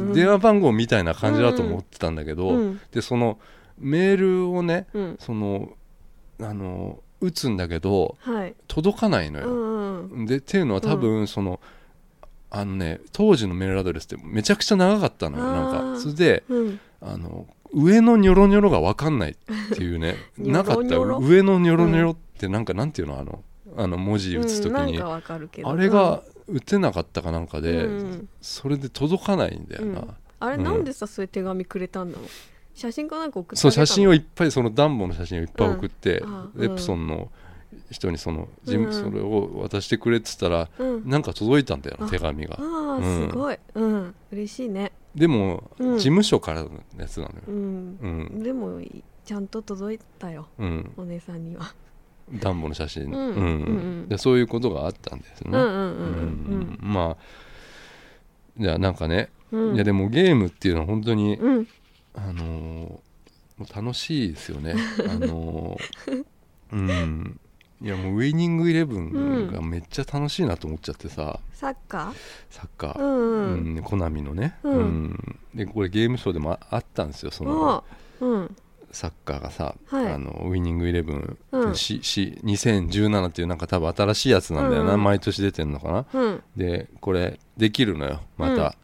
S2: うん
S1: 電話番号みたいな感じだと思ってたんだけど、
S2: うん
S1: でそのメールをね
S2: うん
S1: そのあの打つんだけど
S2: はい
S1: 届かないの
S2: う
S1: よ、
S2: んうん
S1: でっていうのは多分その、あのね当時のメールアドレスってめちゃくちゃ長かったのよ
S2: あー
S1: なんかそれで
S2: うん
S1: あの上のニョロニョロが分かんないっていう ね
S2: ニョロニョロ
S1: なかったよ上のニョロニョロってなんかなんていうのあのあの文字打つ
S2: う
S1: 時
S2: ん、なん
S1: に、
S2: かわかるけど
S1: あれが打てなかったかなんかで、
S2: うんうん
S1: それで届かないんだよな、
S2: うんあれ
S1: うん
S2: なんでさ、そういう手紙くれたんだろう写真かなんか送って
S1: そう写真を
S2: い
S1: いっぱいそのダンボの写真をいっぱい送って、
S2: うんあうん
S1: エプソンの人にその、事
S2: う
S1: 務
S2: ん
S1: それを渡してくれって言ったら、
S2: うん
S1: なんか届いたんだよな
S2: あ
S1: 手紙が
S2: ああ
S1: うん
S2: すごいうん嬉しいね
S1: でも、
S2: うん
S1: 事務所からのやつなのよ
S2: うん
S1: うん、
S2: でもちゃんと届いたよ
S1: うん、
S2: お姉さんには
S1: ダンボの写真、
S2: ん
S1: うん
S2: うんうん
S1: でそういうことがあったんですよ
S2: う
S1: ね、
S2: んうんうん
S1: まあじゃあなんかね、
S2: うんうん
S1: いやでもゲームっていうのは本当に、
S2: うん
S1: あのーもう楽しいですよ ねあのーうんいやもうウイニングイレブンがめっちゃ楽しいなと思っちゃってさ、
S2: サッカ
S1: サッカ
S2: ーう
S1: ー、
S2: んうん
S1: うんコナミのね、
S2: うん
S1: でこれゲームショーでもああったんですよその
S2: おうん
S1: サッカーがさ、
S2: はい
S1: あのウイニングイレブン、
S2: うん
S1: しし2017っていうなんか多分新しいやつなんだよな、
S2: うん
S1: 毎年出てんのかな
S2: うん
S1: でこれできるのよまた、うん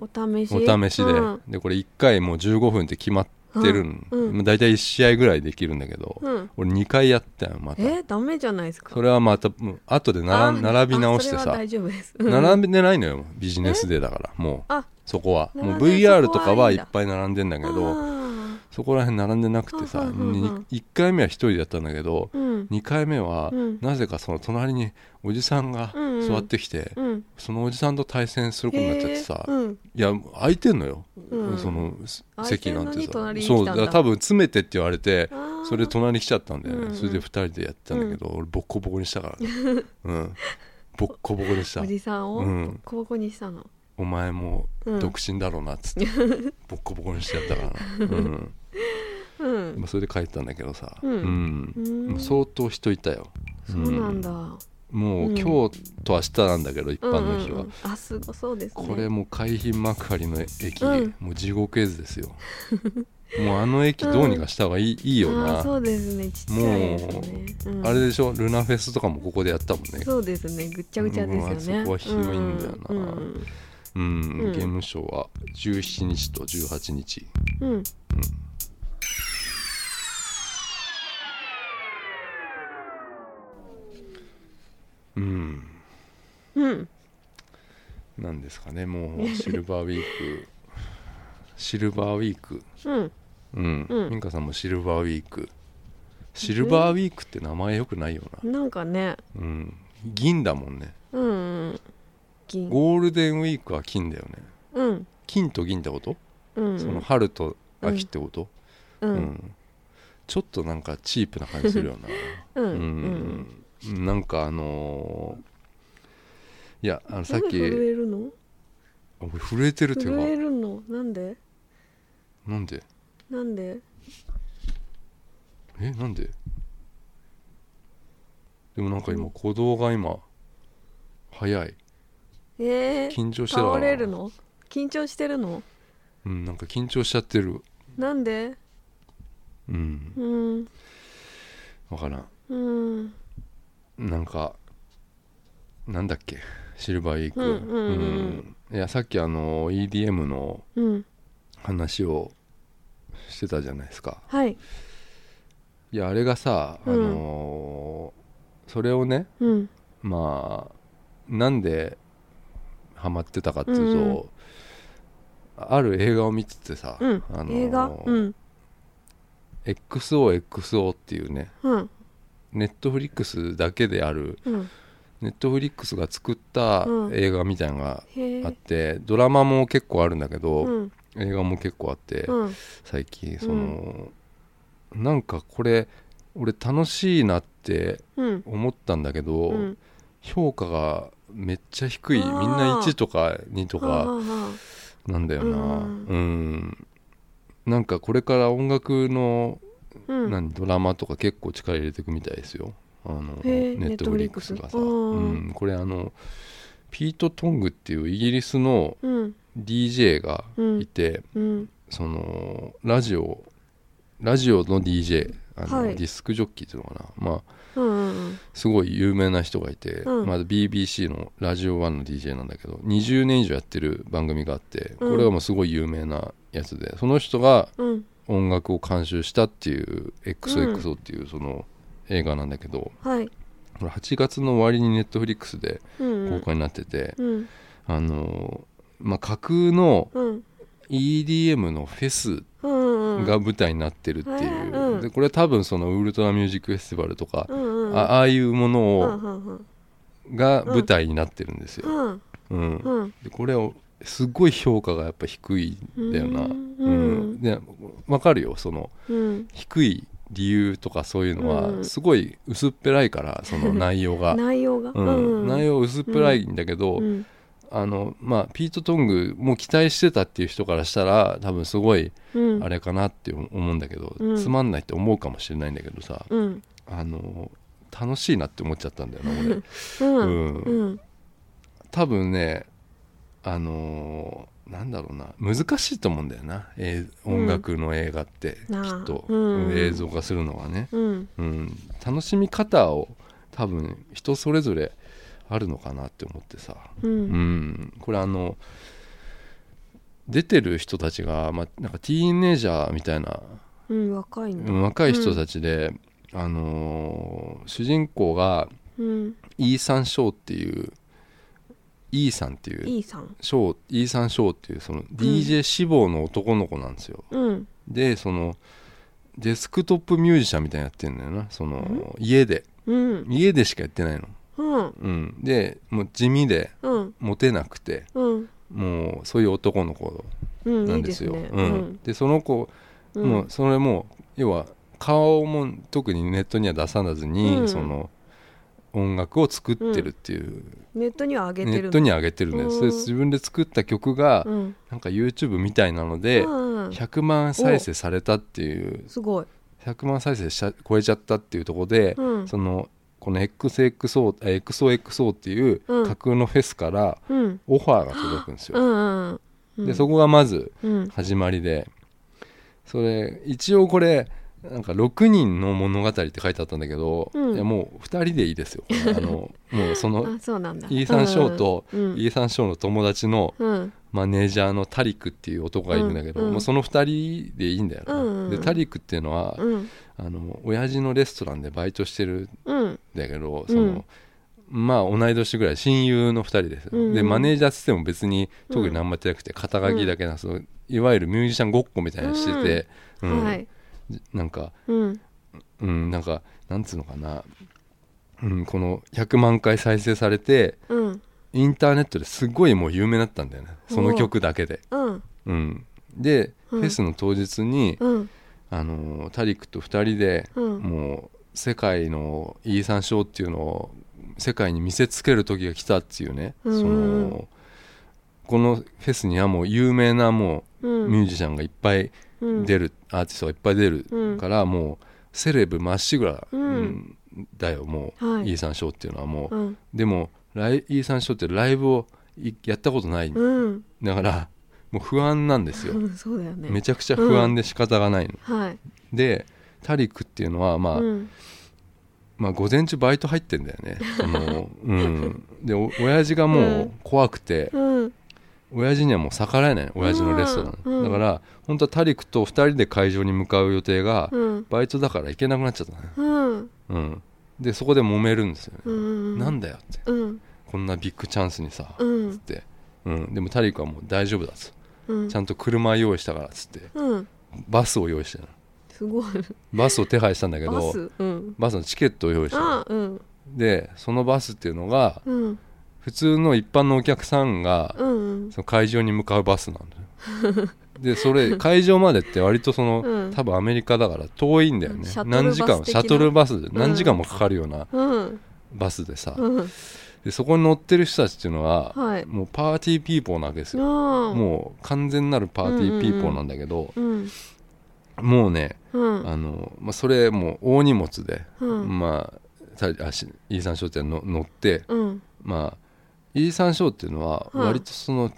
S2: お試し
S1: お試しで、
S2: うん
S1: でこれ1回もう15分って決まってるん、
S2: うんうん
S1: まあ大体1試合ぐらいできるんだけど、
S2: うん
S1: 俺2回やったよまた
S2: えダメじゃないですか
S1: それはまたもう後でなら
S2: あ
S1: 並び直して
S2: あそれは
S1: さ
S2: 大丈夫です
S1: 並んでないのよビジネスデーだからもう
S2: あ
S1: そこはもう
S2: 並んで
S1: VR とかは
S2: そこはい
S1: い
S2: いん
S1: っ
S2: だ
S1: ぱい並んでんだけど
S2: あ
S1: そこら辺並んでなくてさ、
S2: はあはあはあ
S1: に1回目は1人だったんだけど、
S2: うん
S1: 2回目は、
S2: うん
S1: なぜかその隣におじさんが
S2: うんうん
S1: 座ってきて、
S2: うん
S1: そのおじさんと対戦することになっちゃってさ、
S2: へーうん
S1: いや空いてんのよ、
S2: うん
S1: その
S2: 空いて
S1: 席
S2: ん
S1: な
S2: の
S1: んて
S2: に
S1: さ
S2: 隣に来た
S1: そ
S2: ん
S1: う
S2: だ
S1: だから多分詰めてって言われて
S2: あー
S1: それで隣に来ちゃったんだよね、
S2: うんうん
S1: それで2人でやってたんだけど、俺ボッコボコにしたから ね、うん、ボッコボコにした
S2: おじさんを
S1: うん
S2: ボッコボコにしたの、
S1: お前も
S2: うん
S1: 独身だろうなっつ って、ボッコボコにしてやったからな、うん
S2: うん
S1: まあ、それで帰ったんだけどさ、
S2: うん
S1: うん
S2: うん
S1: 相当人いたよ
S2: そうなんだ、
S1: もう
S2: うん
S1: 今日と明日なんだけど、一般の日は、
S2: うんうんうん、あすごそうですね
S1: これもう海浜幕張の駅、
S2: うん
S1: もう地獄絵図ですよ もうあの駅どうにかした方がいい,、いいよな
S2: あー
S1: あ,、
S2: そうですねちっちゃいですね、うん
S1: れでしょルナフェスとかもここでやったもんね
S2: そうですねぐっちゃぐちゃです
S1: う
S2: よね、
S1: んあそこは広いんだよな
S2: うんうん
S1: うん、
S2: うん
S1: ゲームショーは17日と18日
S2: うんうん
S1: うん
S2: うん
S1: なんですかねもうシルバーウィー クシルバーウィーク
S2: うん
S1: うん、
S2: うん
S1: ミンカさんもシルバーウィークシルバーウィークって名前よくないよな、
S2: なんかね
S1: うん、銀だもんね
S2: うんうん銀
S1: ゴールデンウィークは金だよね
S2: うん
S1: 金と銀ってこと、
S2: うん
S1: その春と秋ってこと、
S2: う
S1: うん
S2: ん
S1: ちょっとなんかチープな感じするよ
S2: うん
S1: な
S2: うん
S1: うんなんかあのーいやあのさっき
S2: なんで震えるの
S1: あ俺震えてる手
S2: 震え
S1: が
S2: るのなんで
S1: なんで
S2: なんで
S1: えなんででもなんか今鼓動が今早い
S2: えー、
S1: 緊張してた
S2: 倒
S1: か
S2: れる
S1: ら
S2: の緊張してるの
S1: うんなんか緊張しちゃってる
S2: なんで
S1: うん
S2: うん
S1: わからん
S2: うん
S1: なんかなんだっけシルバーウィーク
S2: うんうんうん
S1: うんいやさっきあの EDM の
S2: うん
S1: 話をしてたじゃないですか
S2: はい
S1: いやあれがさ、
S2: うん
S1: あのーそれをね
S2: うん
S1: まあなんでハマってたかっていうと、ある映画を見ててさ、
S2: うん、
S1: あのー
S2: 映画うん、
S1: XOXO っていうね
S2: うん、
S1: ネットフリックスだけである
S2: うん。
S1: ネットフリックスが作った
S2: うん
S1: 映画みたいなのが
S2: へえ。
S1: あって、ドラマも結構あるんだけど、
S2: うん、
S1: 映画も結構あって、
S2: うん、
S1: 最近その、なんかこれ俺楽しいなって
S2: うん。
S1: 思ったんだけど、
S2: うん
S1: 評価がめっちゃ低いみ
S2: あ
S1: ん
S2: ー
S1: な1とか2と
S2: は
S1: か
S2: あはあは
S1: なんだよなう
S2: うん
S1: んなんかこれから音楽の、
S2: あうん、
S1: 何ドラマとか結構力入れていくみたいですよあの
S2: へー
S1: ネットフリックスがさ、
S2: Netflix うん
S1: うんこれあのピート・トングっていうイギリスの
S2: うん、
S1: DJ がいて、
S2: うん、
S1: そのラジオラジオの DJ あの、
S2: はい
S1: ディスクジョッキーっていうのかな、まあ、
S2: うん、うん、
S1: すごい有名な人がいて、
S2: うん
S1: まあ、BBC のラジオ1の DJ なんだけど20年以上やってる番組があってこ
S2: うん
S1: れはもうすごい有名なやつで、その人が
S2: うん、
S1: 音楽を監修したっていう「XOXO」っていうその映画なんだけど、
S2: はい。
S1: これ8月の終わりに Netflix で
S2: うん、
S1: 公開になってて、
S2: うん、
S1: あのまあ、架空の
S2: うん、
S1: EDM のフェス
S2: うん、うん。
S1: が舞台になってるっていう、
S2: うんうん
S1: でこれは多分そのウルトラミュージックフェスティバルとか、
S2: うん、うん、うん、
S1: あああいうもの
S2: う
S1: を、
S2: ん、うん、
S1: が舞台になってるんですよ、
S2: うん、
S1: うん
S2: うん、
S1: でこれをすごい評価がやっぱ低いんだよな、
S2: うーん
S1: でわかるよその
S2: うん。
S1: 低い理由とかそういうの
S2: う
S1: は
S2: ん
S1: すごい薄っぺらいからそ の内容が、
S2: 内容が。
S1: うん、内
S2: 容
S1: 容薄っぺらいんだけど、
S2: うん、
S1: あのまあ、ピート・トングも期待してたっていう人からしたら多分すごい
S2: うん、
S1: あれかなって思うんだけど、
S2: うん
S1: つまんないって思うかもしれないんだけどさ、
S2: うん、
S1: あの楽しいなって思っちゃったんだよな俺、
S2: う、
S1: うんん
S2: うん、
S1: 多分ねあのーなんだろうな難しいと思うんだよな、えー
S2: うん
S1: 音楽の映画って、
S2: なあ
S1: きっと、
S2: うん
S1: 映像化するのはね、
S2: うん、
S1: うん、楽しみ方を多分人それぞれあるのかなって思ってさ、
S2: う、
S1: うんん、これあの出てる人たちが、まあ、なんかティーンエイジャーみたいな
S2: うん、若いんだ。
S1: 若い人たちで、あのー主人公が
S2: うん、
S1: イーサン・ショーっていうイーサンっていう
S2: いいさん。
S1: ショーイーサン・ショーっていうその DJ 志望の男の子なんですよ、
S2: うん、
S1: でそのデスクトップミュージシャンみたいなのやってんだよなその家で
S2: うん
S1: 家でしかやってないの、
S2: うん
S1: うん、でもう地味で
S2: うん
S1: モテなくて
S2: うん
S1: もうそういう男の子
S2: うん
S1: ないん
S2: い
S1: で
S2: ですす
S1: よ
S2: ね
S1: うん、でその子、
S2: うん
S1: もうそれも要は顔も特にネットには出さずに、
S2: うん
S1: その音楽を作ってるっていう、
S2: ネットには上げ
S1: ネ
S2: てる
S1: ットに上げてるんで
S2: うん
S1: す、で自分で作った曲が、
S2: うん
S1: なんか YouTube みたいなので、
S2: うん
S1: 100万再生されたっていう
S2: すごい
S1: 100万再生しちゃ超えちゃったっていうところで、
S2: うん
S1: そのこの XXO え XOXO っていう
S2: うん
S1: 架空のフェスから
S2: うん
S1: オファーが届くんです
S2: う
S1: よ、
S2: んうん
S1: でそこがまず
S2: うん
S1: 始まりでそれ一応これなんか6人の物語って書いてあったんだけど、
S2: うん
S1: いやもう2人でいいですよこれあ のもうその
S2: あそうなんだ
S1: イーサン・ショーとイ
S2: うん
S1: ーサン・ショーの友達の
S2: うん
S1: マネージャーのタリクっていう男がいるんだけど、
S2: うんうん
S1: もうその2人でいいんだよな、
S2: うんうん
S1: でタリクっていうのは、
S2: うん
S1: あの親父のレストランでバイトしてるん
S2: うん
S1: だけどその、まあ同い年ぐらい親友の2人ですよ、
S2: うんうん
S1: でマネージャーっつっても別に特に何もやってなくて肩書きだけな、そのいわゆるミュージシャンごっこみたいなのしてて、うん
S2: はい
S1: なんか
S2: うん
S1: うんなんかなんつうのかな、うん、この100万回再生されて
S2: うん
S1: インターネットですごいもう有名になったんだよねその曲だけで。
S2: うん
S1: うん、で、
S2: うん
S1: フェスの当日に、
S2: うん
S1: あのタリックと2人で、
S2: うん
S1: もう世界のイーサンショーっていうのを世界に見せつける時が来たっていうね、
S2: うん
S1: そのこのフェスにはもう有名なもう
S2: うん
S1: ミュージシャンがいっぱい
S2: うん
S1: 出る、アーティストがいっぱい出るから、もうセレブまっしぐら、
S2: うん
S1: うんだよもう、
S2: はい
S1: イーサンショーっていうのはもう、
S2: うん
S1: でもライイーサンショーってライブをいやったことない、
S2: うん
S1: だからもう不安なんですよ、
S2: うんそうだよね
S1: めちゃくちゃ不安で仕方がないの、
S2: はい
S1: でタリクっていうのは、まあ
S2: うん
S1: まあ午前中バイト入ってんだよ ねその、うん、でお親父がもうう怖くて、
S2: うん
S1: 親父にはもう逆らえない親父のレストラン、
S2: うんうん
S1: だから本当はタリクと2人で会場に向かう予定が、
S2: うん
S1: バイトだから行けなくなっちゃったね、
S2: うん
S1: うん、でそこで揉めるんですよね、
S2: うん
S1: なんだよって
S2: うん
S1: こんなビッグチャンスにさ、
S2: う
S1: つっ
S2: ん
S1: て、うん、でもタリクはもう大丈夫だと
S2: うん
S1: ちゃんと車用意したからっつって
S2: うん
S1: バスを用意してたの
S2: すごい
S1: バスを手配したんだけど
S2: バスうん
S1: バスのチケットを用意したの
S2: あうん
S1: でそのバスっていうのが
S2: うん
S1: 普通の一般のお客さんが
S2: うん
S1: その会場に向かうバスなんだよ でそれ会場までって割とその、
S2: うん
S1: 多分アメリカだから遠いんだよね
S2: シャトル
S1: 何
S2: バス
S1: 時間
S2: 的
S1: シ
S2: な
S1: ャトルバスで何時間もかかるような
S2: うん
S1: バスでさ、
S2: うん
S1: でそこに乗ってる人たちっていうのは、
S2: はい
S1: もうパーティーピーポーなわけですよ、
S2: も
S1: もう完全なるパーティーピーポーなんだけど、
S2: うん
S1: もうね
S2: うん
S1: あの、まあ、それもう大荷物で、
S2: うん
S1: まあたあしイーサン商店の乗って、
S2: うん
S1: まあイーサンショーっていうのは
S2: はい
S1: 割とその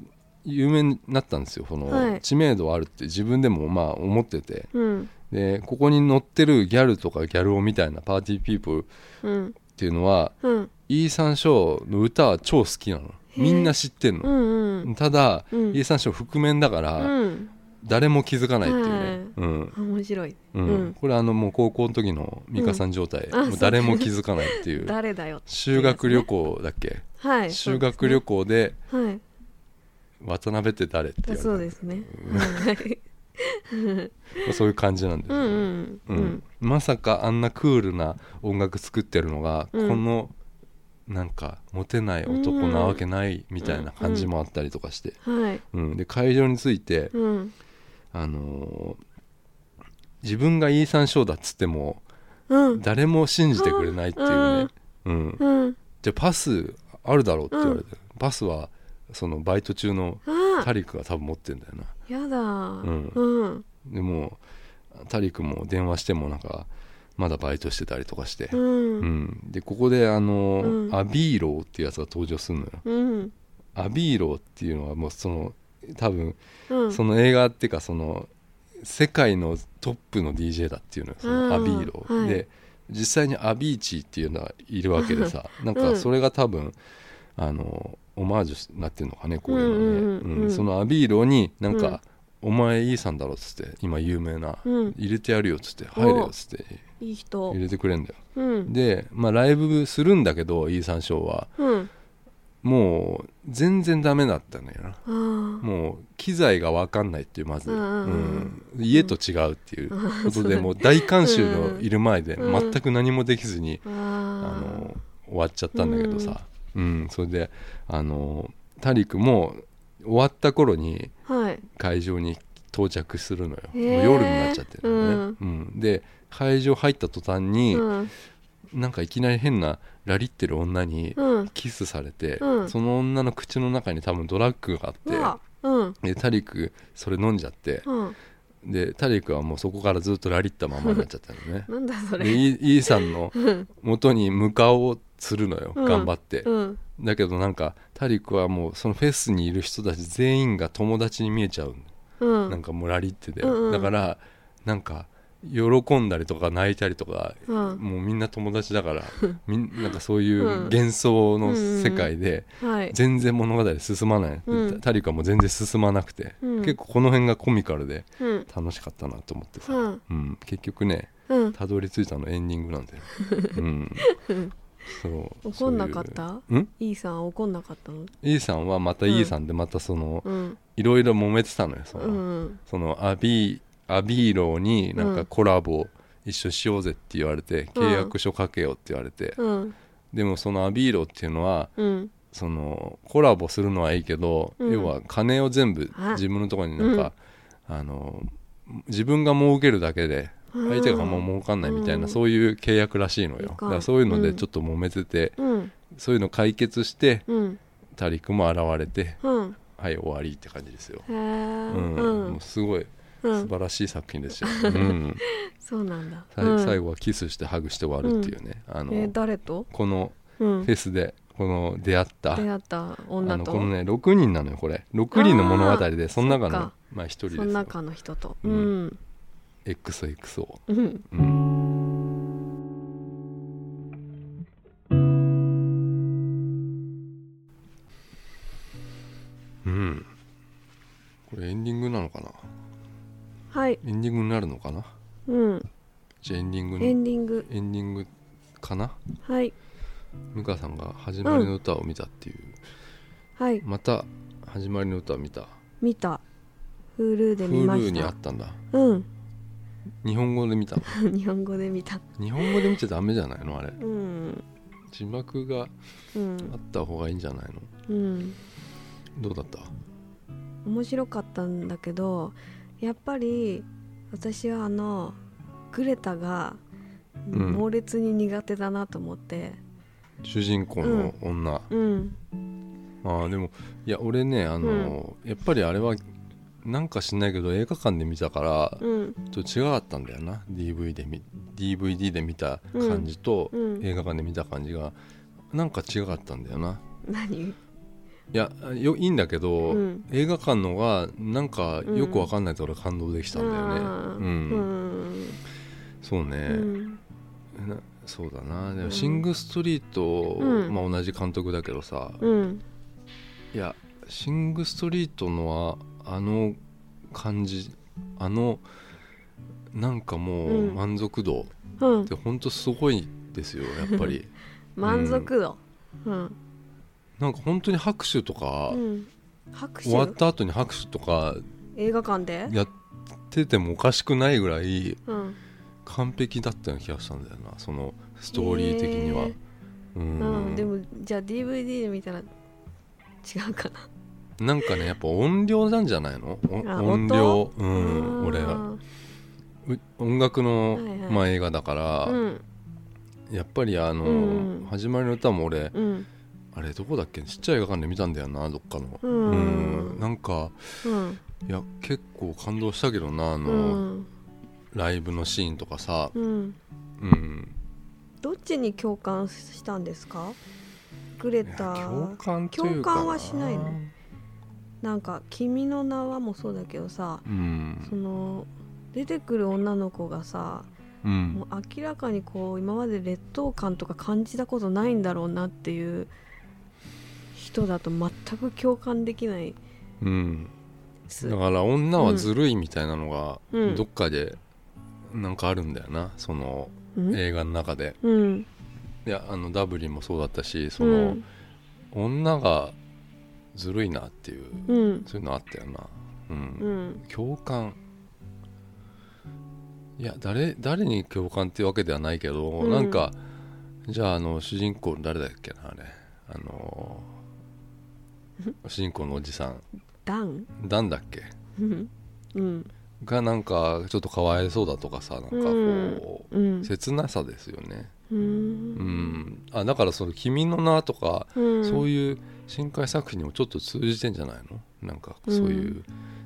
S1: 有名になったんですよその、
S2: はい
S1: 知名度はあるって自分でもまあ思ってて
S2: うん
S1: でここに乗ってるギャルとかギャル男みたいなパーティーピープルっ
S2: うん
S1: ていうのは
S2: うん
S1: イーサンショーの歌は超好きなの
S2: え
S1: みんな知ってん
S2: う
S1: の、
S2: ん
S1: ただ、
S2: うん
S1: イーサンショー覆面だから
S2: うん
S1: 誰も気づかないっていうね、
S2: はい
S1: うん
S2: 面白い
S1: うん
S2: うん
S1: これあのもう高校の時の美香さん状態、
S2: うんあ
S1: もう誰も気づかないっていう
S2: 誰だよ
S1: 修学旅行だっけ、
S2: はい
S1: 修学旅行で
S2: 行はい
S1: 渡辺って誰って言われた
S2: そうですねはい
S1: まあそういう感じなんです
S2: う
S1: よね、
S2: んうんう
S1: うん
S2: ん
S1: まさかあんなクールな音楽作ってるのが、
S2: うん
S1: このなんかモテない男なわけないみたいな感じもあったりとかして、
S2: はい
S1: うんで会場について、
S2: うん
S1: あのー自分がイーサンショーだっつっても
S2: うん
S1: 誰も信じてくれないっていうね、うん、
S2: うん
S1: じゃあパスあるだろうって言われて、パスはそのバイト中の
S2: あ
S1: タリクが多分持ってんだよな
S2: やだ
S1: ん
S2: うん
S1: でもうタリクも電話してもなんかまだバイトしてたりとかして、
S2: う
S1: うんん、でここであの、
S2: うん
S1: アビーローっていうやつが登場するのよ
S2: うん
S1: アビーローっていうのはもうその多分
S2: うん
S1: その映画っていうかその世界のトップの DJ だっていうのよそのアビーロー、
S2: うんはい
S1: で実際にアビーチーっていうのがいるわけで さなんかそれが多分あのオマージュになってるのかねこういうの
S2: うんうんうん
S1: ね
S2: うん
S1: うんそのアビーローになん
S2: うん
S1: か「お前イーサンだろ」っつって今有名な
S2: うん
S1: 入れてやるよっつって入れよっつって
S2: いい人
S1: 入れてくれんだよ
S2: うん
S1: で、まあ、ライブするんだけどイーサンショーは
S2: うん
S1: もう全然ダメだったのよな
S2: うん
S1: もう機材が分かんないっていうまず、
S2: うんうん
S1: うん家と違うっていうことで、もう大観衆のいる前で全く何もできずに、あ
S2: あー
S1: の終わっちゃったんだけどさ、うんそれであのタリクも終わった頃に
S2: はい
S1: 会場に到着するのよ、
S2: へ
S1: も
S2: ー
S1: う夜になっちゃってるのね、うんで会場入った途端に、
S2: うん
S1: なんかいきなり変なラリってる女に
S2: うん
S1: キスされて、
S2: うん
S1: その女の口の中に多分ドラッグがあって、
S2: うわうん
S1: でタリクそれ飲んじゃって
S2: うん
S1: でタリクはもうそこからずっとラリったままになっちゃったの ね
S2: なんだそ
S1: で
S2: れ
S1: イイーさんの
S2: うん
S1: 元に向かおうするのよ、
S2: うん
S1: 頑張って、
S2: うん
S1: だけどなんかタリクはもうそのフェスにいる人たち全員が友達に見えちゃうの、
S2: うん
S1: なんかもうラリってで、
S2: うんうん
S1: だからなんか喜んだりとか泣いたりとか、
S2: うん
S1: もうみんな友達だ からみんなんかそういううん幻想の世界で
S2: はい
S1: 全然物語進まない、
S2: うん
S1: タリカも全然進まなくて、
S2: うん
S1: 結構この辺がコミカルで
S2: うん
S1: 楽しかったなと思ってさ、
S2: うん
S1: うん結局ね
S2: うん
S1: たどり着いたのエンディングなん だよ、うん、そう
S2: 怒んなかっ
S1: そう
S2: た
S1: いうん
S2: イーさん怒んなかったの
S1: E さんはまた
S2: うん
S1: E さんでまたその、
S2: うん
S1: いろいろ揉めてたのよその,、
S2: うん
S1: そのアビーアビーローになん
S2: う
S1: か
S2: ん
S1: コラボ一緒しようぜって言われて、
S2: うん
S1: 契約書書けよって言われて、
S2: うん
S1: でもそのアビーローっていうのは
S2: うん
S1: そのコラボするのはいいけど、
S2: うん
S1: 要は金を全部
S2: あ
S1: 自分のところになんか、あの自分が儲けるだけで
S2: うん
S1: 相手があんま儲かんないみたいな、
S2: うん
S1: そういう契約らしいの
S2: い
S1: よ
S2: かん
S1: だからそういうので
S2: うん
S1: ちょっと揉めてて、
S2: うん
S1: そういうの解決して
S2: うん
S1: タリクも現れて
S2: うん
S1: はい終わりって感じですよ、
S2: へえ
S1: うん
S2: う
S1: もうんすごいう素
S2: ん
S1: 晴らしい作品で したよ、うん
S2: そうなんだ
S1: さい
S2: うん
S1: 最後はキスしてハグして終わるっていうね、あの
S2: えー誰と
S1: この
S2: うん
S1: フェスでこの出会った、
S2: 出会った
S1: あ
S2: 女
S1: の
S2: と
S1: このね6人なのよこれ6人の物語でその中
S2: そっ
S1: の
S2: か
S1: まあ1人です
S2: そ
S1: よ
S2: の中の人と
S1: う
S2: うんん
S1: XOXO、
S2: うん
S1: うん、うんこれエンディングなのかな
S2: はい
S1: エンディングになるのかな
S2: うん
S1: じゃあエンディングに
S2: エンディング
S1: エンディングかな
S2: はい
S1: 美香さんが「始まりの歌」を見たっていう、
S2: はい
S1: また「始まりの歌」を見た
S2: 見た Hulu で見ま
S1: Hulu
S2: し
S1: にあ
S2: た
S1: ったんだ
S2: うん
S1: 日本語で見たの
S2: 日本語で見た
S1: 日本語で見ちゃダメじゃないのあれ
S2: うん
S1: 字幕が
S2: う
S1: あ
S2: ん
S1: った方がいいんじゃないの
S2: うん
S1: どうだった
S2: 面白かったんだけどやっぱり私はあのグレタが
S1: うん
S2: 猛烈に苦手だなと思って
S1: 主人公の女、
S2: うん
S1: ああでもいや俺ねあの、やっぱりあれはなんか知んないけど映画館で見たから
S2: うん
S1: ちょっと違かったんだよな DV で見 DVD で見た感じと、
S2: うんうん
S1: 映画館で見た感じがなんか違かったんだよな
S2: 何
S1: いやよいいんだけど、
S2: うん
S1: 映画館のがなんかよくわかんないと俺感動できたんだよね
S2: あー
S1: うん、そう
S2: う
S1: ね、
S2: ん
S1: なそうだなで
S2: う
S1: も「
S2: ん
S1: シング・ストリート」
S2: うん
S1: まあ、同じ監督だけどさ、
S2: うん
S1: いや「シング・ストリート」のはあの感じあのなんかもう
S2: うん
S1: 満足度
S2: うん
S1: ってほんとすごいですよやっぱ り
S2: 満足度うん
S1: なんか本当に拍手とか、
S2: うん拍手
S1: 終わった後に拍手とか
S2: 映画館で
S1: やっててもおかしくないぐらい
S2: うん
S1: 完璧だったような気がしたんだよなそのストーリー的には、
S2: へー
S1: うん
S2: うんでもじゃあ DVD で見たら違うかな
S1: なんかねやっぱ音量なんじゃないのお
S2: あ
S1: 音量う
S2: うん
S1: 俺う音楽の、
S2: はいはい
S1: まあ、映画だから、
S2: うん
S1: やっぱりあの、
S2: うんうん
S1: 始まりの歌も俺
S2: うん
S1: あれどこだっけちっちゃい映画館で見たんだよなどっかの
S2: う
S1: うんんなんか
S2: うん
S1: いや結構感動したけどなあ
S2: う
S1: の、
S2: ん
S1: ライブのシーンとかさ
S2: うん
S1: うん
S2: どっちに共感したんですかグレ
S1: いや
S2: タ
S1: 共感というか
S2: 共感はしないのなんか「君の名は」もそうだけどさ
S1: うん
S2: その出てくる女の子がさ
S1: う
S2: も
S1: ん
S2: う明らかにこう今まで劣等感とか感じたことないんだろうなっていう人だと全く共感できない
S1: うん
S2: です
S1: だから女はずるいみたいなのが、
S2: うん
S1: どっかでなんかあるんだよなその
S2: うん
S1: 映画の中で
S2: うん
S1: いやあのダブリンもそうだったしそ
S2: うん
S1: の、女がずるいなっていう
S2: うん
S1: そういうのあったよなうん、
S2: うん
S1: 共感いや誰誰に共感っていうわけではないけど、
S2: うん
S1: なんかじゃああの主人公の誰だっけなあれあ のー主人公のおじさん
S2: ダン
S1: ダンだっけ
S2: うんうん
S1: がなんかちょっとかわいそうだとかさなんかこう、
S2: うん
S1: 切なさですよね、
S2: う
S1: うんん、あだからその「君の名」とか、
S2: うん
S1: そういう深海作品にもちょっと通じてんじゃないのなんかそういう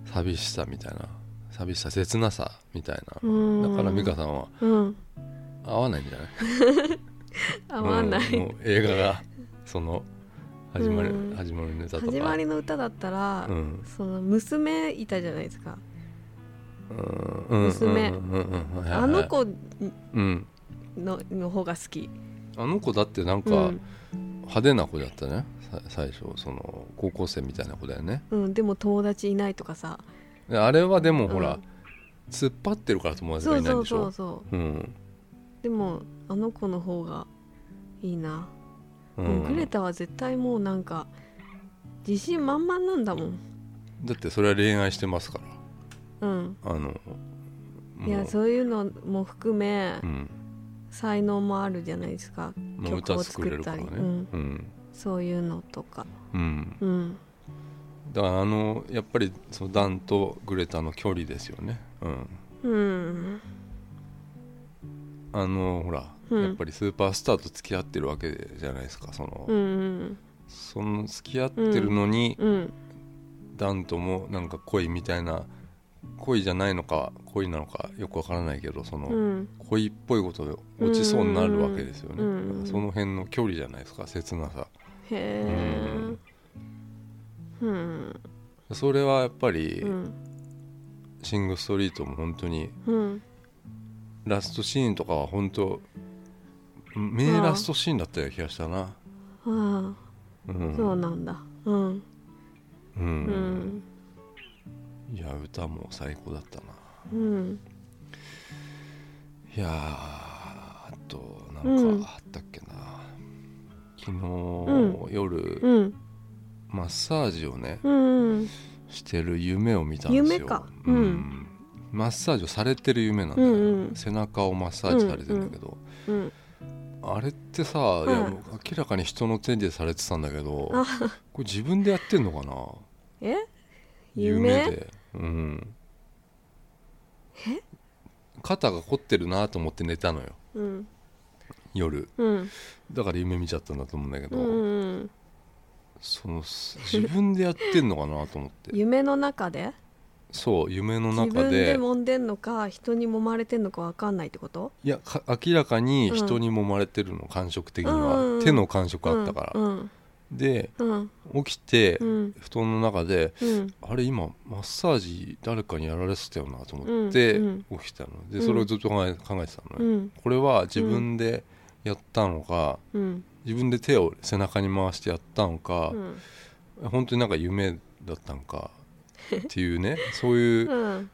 S1: 寂しさみたいな寂しさ切なさみたいな、
S2: うん
S1: だから美香さんは
S2: うん
S1: 合わないんじゃない
S2: 合わな
S1: うんも
S2: いう
S1: 映画がその始まり、
S2: うん
S1: 始まりのネタとか
S2: 始まりの歌だったら、
S1: うん
S2: その娘いたじゃないですか、
S1: うんうん
S2: 娘
S1: うんうんうんはいはい
S2: あの子
S1: うん
S2: のの方が好き
S1: あの子だってなんか
S2: うん
S1: 派手な子だったね、さ最初その高校生みたいな子だよね
S2: うん、でも友達いないとかさ
S1: であれはでもほら、
S2: うん
S1: 突っ張ってるから友達
S2: そ
S1: がいうないん
S2: そ
S1: で
S2: う
S1: しょ
S2: そうそう
S1: うん
S2: でもあの子の方がいいな、
S1: う
S2: もうんグレタは絶対もうなんか自信満々なんだもん
S1: だってそれは恋愛してますか
S2: うん
S1: らあの
S2: いやそういうのも含め、
S1: う、うん、
S2: 才能もあるじゃないですか
S1: もう
S2: 曲
S1: 歌
S2: を
S1: 作れるからね
S2: 作った
S1: う
S2: り
S1: ん、
S2: そういうのとか
S1: うん
S2: うん
S1: だからあのやっぱりそのダンとグレタの距離ですよね、うん、
S2: うん
S1: あのほら、
S2: うん
S1: やっぱりスーパースターと付き合ってるわけじゃないですかその,、
S2: うん
S1: その付き合ってるのに、
S2: うん
S1: ダンともなんか恋みたいな恋じゃないのか恋なのかよくわからないけどその、
S2: うん
S1: 恋っぽいことで落ちそうになるわけですよね、
S2: うんうんうん
S1: だからその辺の距離じゃないですか切なさ
S2: へえうん
S1: それはやっぱり、
S2: うん
S1: シング・ストリートも本当に
S2: うん
S1: ラストシーンとかは本当名ラストシーンだったような気がしたな、
S2: あ
S1: うん
S2: あそうなんだうん
S1: うん
S2: うん
S1: いや歌も最高だったな
S2: うん
S1: いやーあとな
S2: うんん
S1: かあったっけな、昨日
S2: う
S1: 夜、
S2: うん
S1: マッサージをね
S2: うん
S1: してる夢を見たんですよ
S2: 夢かうん
S1: マッサージをされてる夢なんだよ、
S2: うんうん
S1: 背中をマッサージされてるんだけど、
S2: うん
S1: あれってさ、い、や
S2: はい
S1: もう明らかに人の手でされてたんだけどこれ自分でやってんのかな
S2: え夢
S1: でうん肩が凝ってるなと思って寝たのよ
S2: うん
S1: 夜
S2: うん
S1: だから夢見ちゃったんだと思うんだけ
S2: う
S1: ど、
S2: ん
S1: そのす自分でやってんのかなと思って
S2: 夢の中で
S1: そう夢の
S2: 自
S1: 中
S2: 分
S1: で
S2: で揉んでんのか人に揉まれてんのかわかんないってこと
S1: いやか明らかに人に揉まれてるの感触的には、
S2: うん
S1: 手の感触あったから、
S2: うん
S1: で
S2: うん
S1: 起きて、
S2: うん
S1: 布団の中で
S2: うん
S1: あれ今マッサージ誰かにやられてたよなと思って
S2: うんうん
S1: 起きたの、
S2: う
S1: で
S2: ん
S1: それをずっと考え考えてたのね、
S2: うん
S1: これは自分でやったのか、
S2: うん
S1: 自分で手を背中に回してやったのか
S2: う、ん
S1: 本当になんか夢だったの かっていうねそういう
S2: うん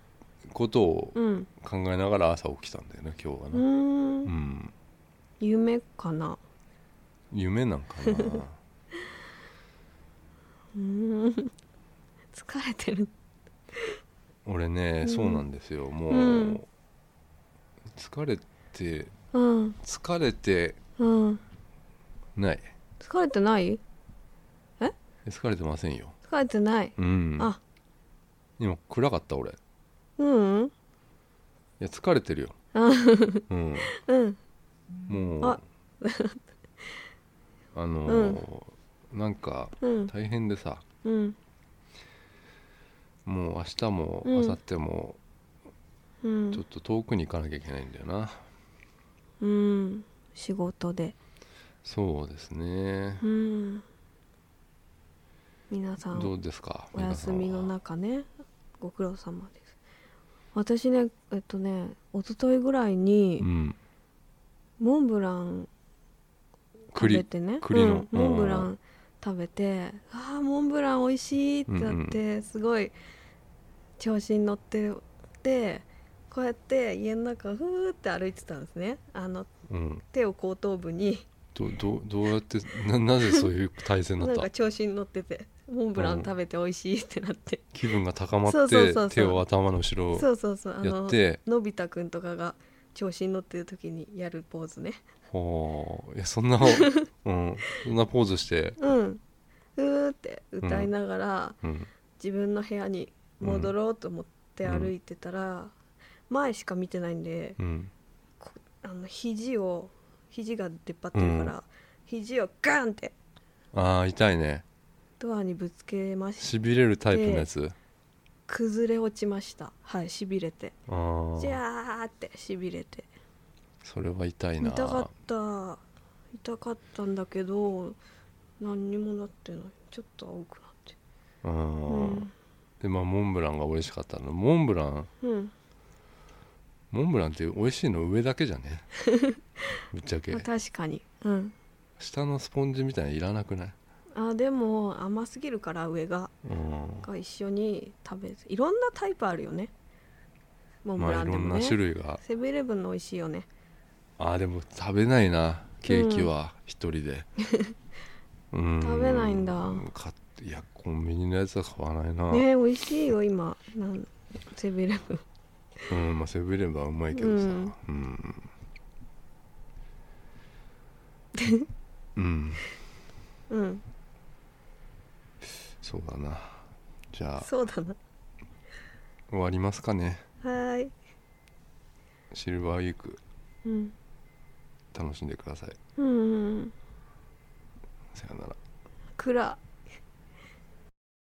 S1: ことを
S2: うん
S1: 考えながら朝起きたんだよね今日は
S2: う
S1: ね、うんん、
S2: 夢かな
S1: 夢なんか な
S2: うーん疲れてる
S1: 俺ね、そうなんですよもう、
S2: うん
S1: 疲れて
S2: うん
S1: 疲れて
S2: うん
S1: ない
S2: 疲れてない
S1: 疲れてませんよ
S2: 疲れてない
S1: うん
S2: あ
S1: 今暗かった俺い
S2: うん
S1: や疲れてるよ、うん、
S2: うん
S1: もうあ
S2: あ
S1: のーなんか
S2: うん
S1: 大変でさ
S2: うん
S1: もう明日も
S2: うん
S1: 明後日も
S2: うん
S1: ちょっと遠くに行かなきゃいけないんだよな、
S2: うん仕事で
S1: そうですね
S2: うん皆さ
S1: ど
S2: ん
S1: うですか
S2: お休みの
S1: 皆
S2: 中ねご苦労様です私ねえっとね一昨日ぐらいに
S1: さんはうん
S2: モンブラン食べ
S1: 栗
S2: てね
S1: 栗の
S2: うん、モンブラ
S1: う
S2: ン食べてあーモンブラン美味しいってなって、すごい調子に乗っててこうやって家の中をふーって歩いてたんですねあの
S1: うん
S2: 手を後頭部に
S1: どどどうやってななぜそういう体制にな
S2: な
S1: っ
S2: ん
S1: た
S2: か調子に乗っててモンブラ
S1: う
S2: ン
S1: ん
S2: 食べて美味しいってなって、
S1: 気分が高まって
S2: そうそうそうそう
S1: 手を頭の後ろ
S2: そうそうそうあ
S1: やっ
S2: の
S1: て
S2: のび太くんとかが調子に乗ってる時にやるポーズね
S1: ほういやそん な、うん、そんなポーズして、
S2: うんうーって歌いながら、
S1: うん、
S2: 自分の部屋に戻ろうと思って歩いてたら、前しか見てないんで
S1: うん、
S2: こあの肘を肘が出っ張ってるから、肘をガンって
S1: ああ痛いね
S2: ドアにぶつけまし
S1: しびれるタイプのやつ
S2: 崩れ落ちましたはいしびれて
S1: あー
S2: じゃーってしびれて
S1: それは痛いな
S2: 痛かった痛かったんだけど何にもなってないちょっと青くなって
S1: う、
S2: うんん
S1: でまあモンブランが美味しかったのモンブラン
S2: うん、
S1: モンブランって美味しいの上だけじゃ ねぶっちゃけ
S2: まあ、確かにうん
S1: 下のスポンジみたいないらなくない、
S2: あでも甘すぎるから上が
S1: う
S2: が一緒に食べるいろんなタイプあるよねモ
S1: ん、
S2: ンブ
S1: まあ
S2: ラ
S1: い
S2: ンで
S1: ろん
S2: も
S1: な
S2: ね
S1: 種類が
S2: セブンイレブンの美味しいよね
S1: あーでも食べないなケーキは一人 で、うん
S2: 食べないんだ
S1: 買っていやコンビニのやつは買わないな、
S2: ね美味しいよ今なんセブンイレブン
S1: うんまあセブンイレブンはうまいけどさう
S2: うんん、
S1: うんうん、
S2: うん
S1: そうだなじゃあ
S2: そうだな
S1: 終わりますかね
S2: はーい
S1: シルバーウィーク
S2: うん
S1: 楽しんでください
S2: うん
S1: さよなら
S2: 暗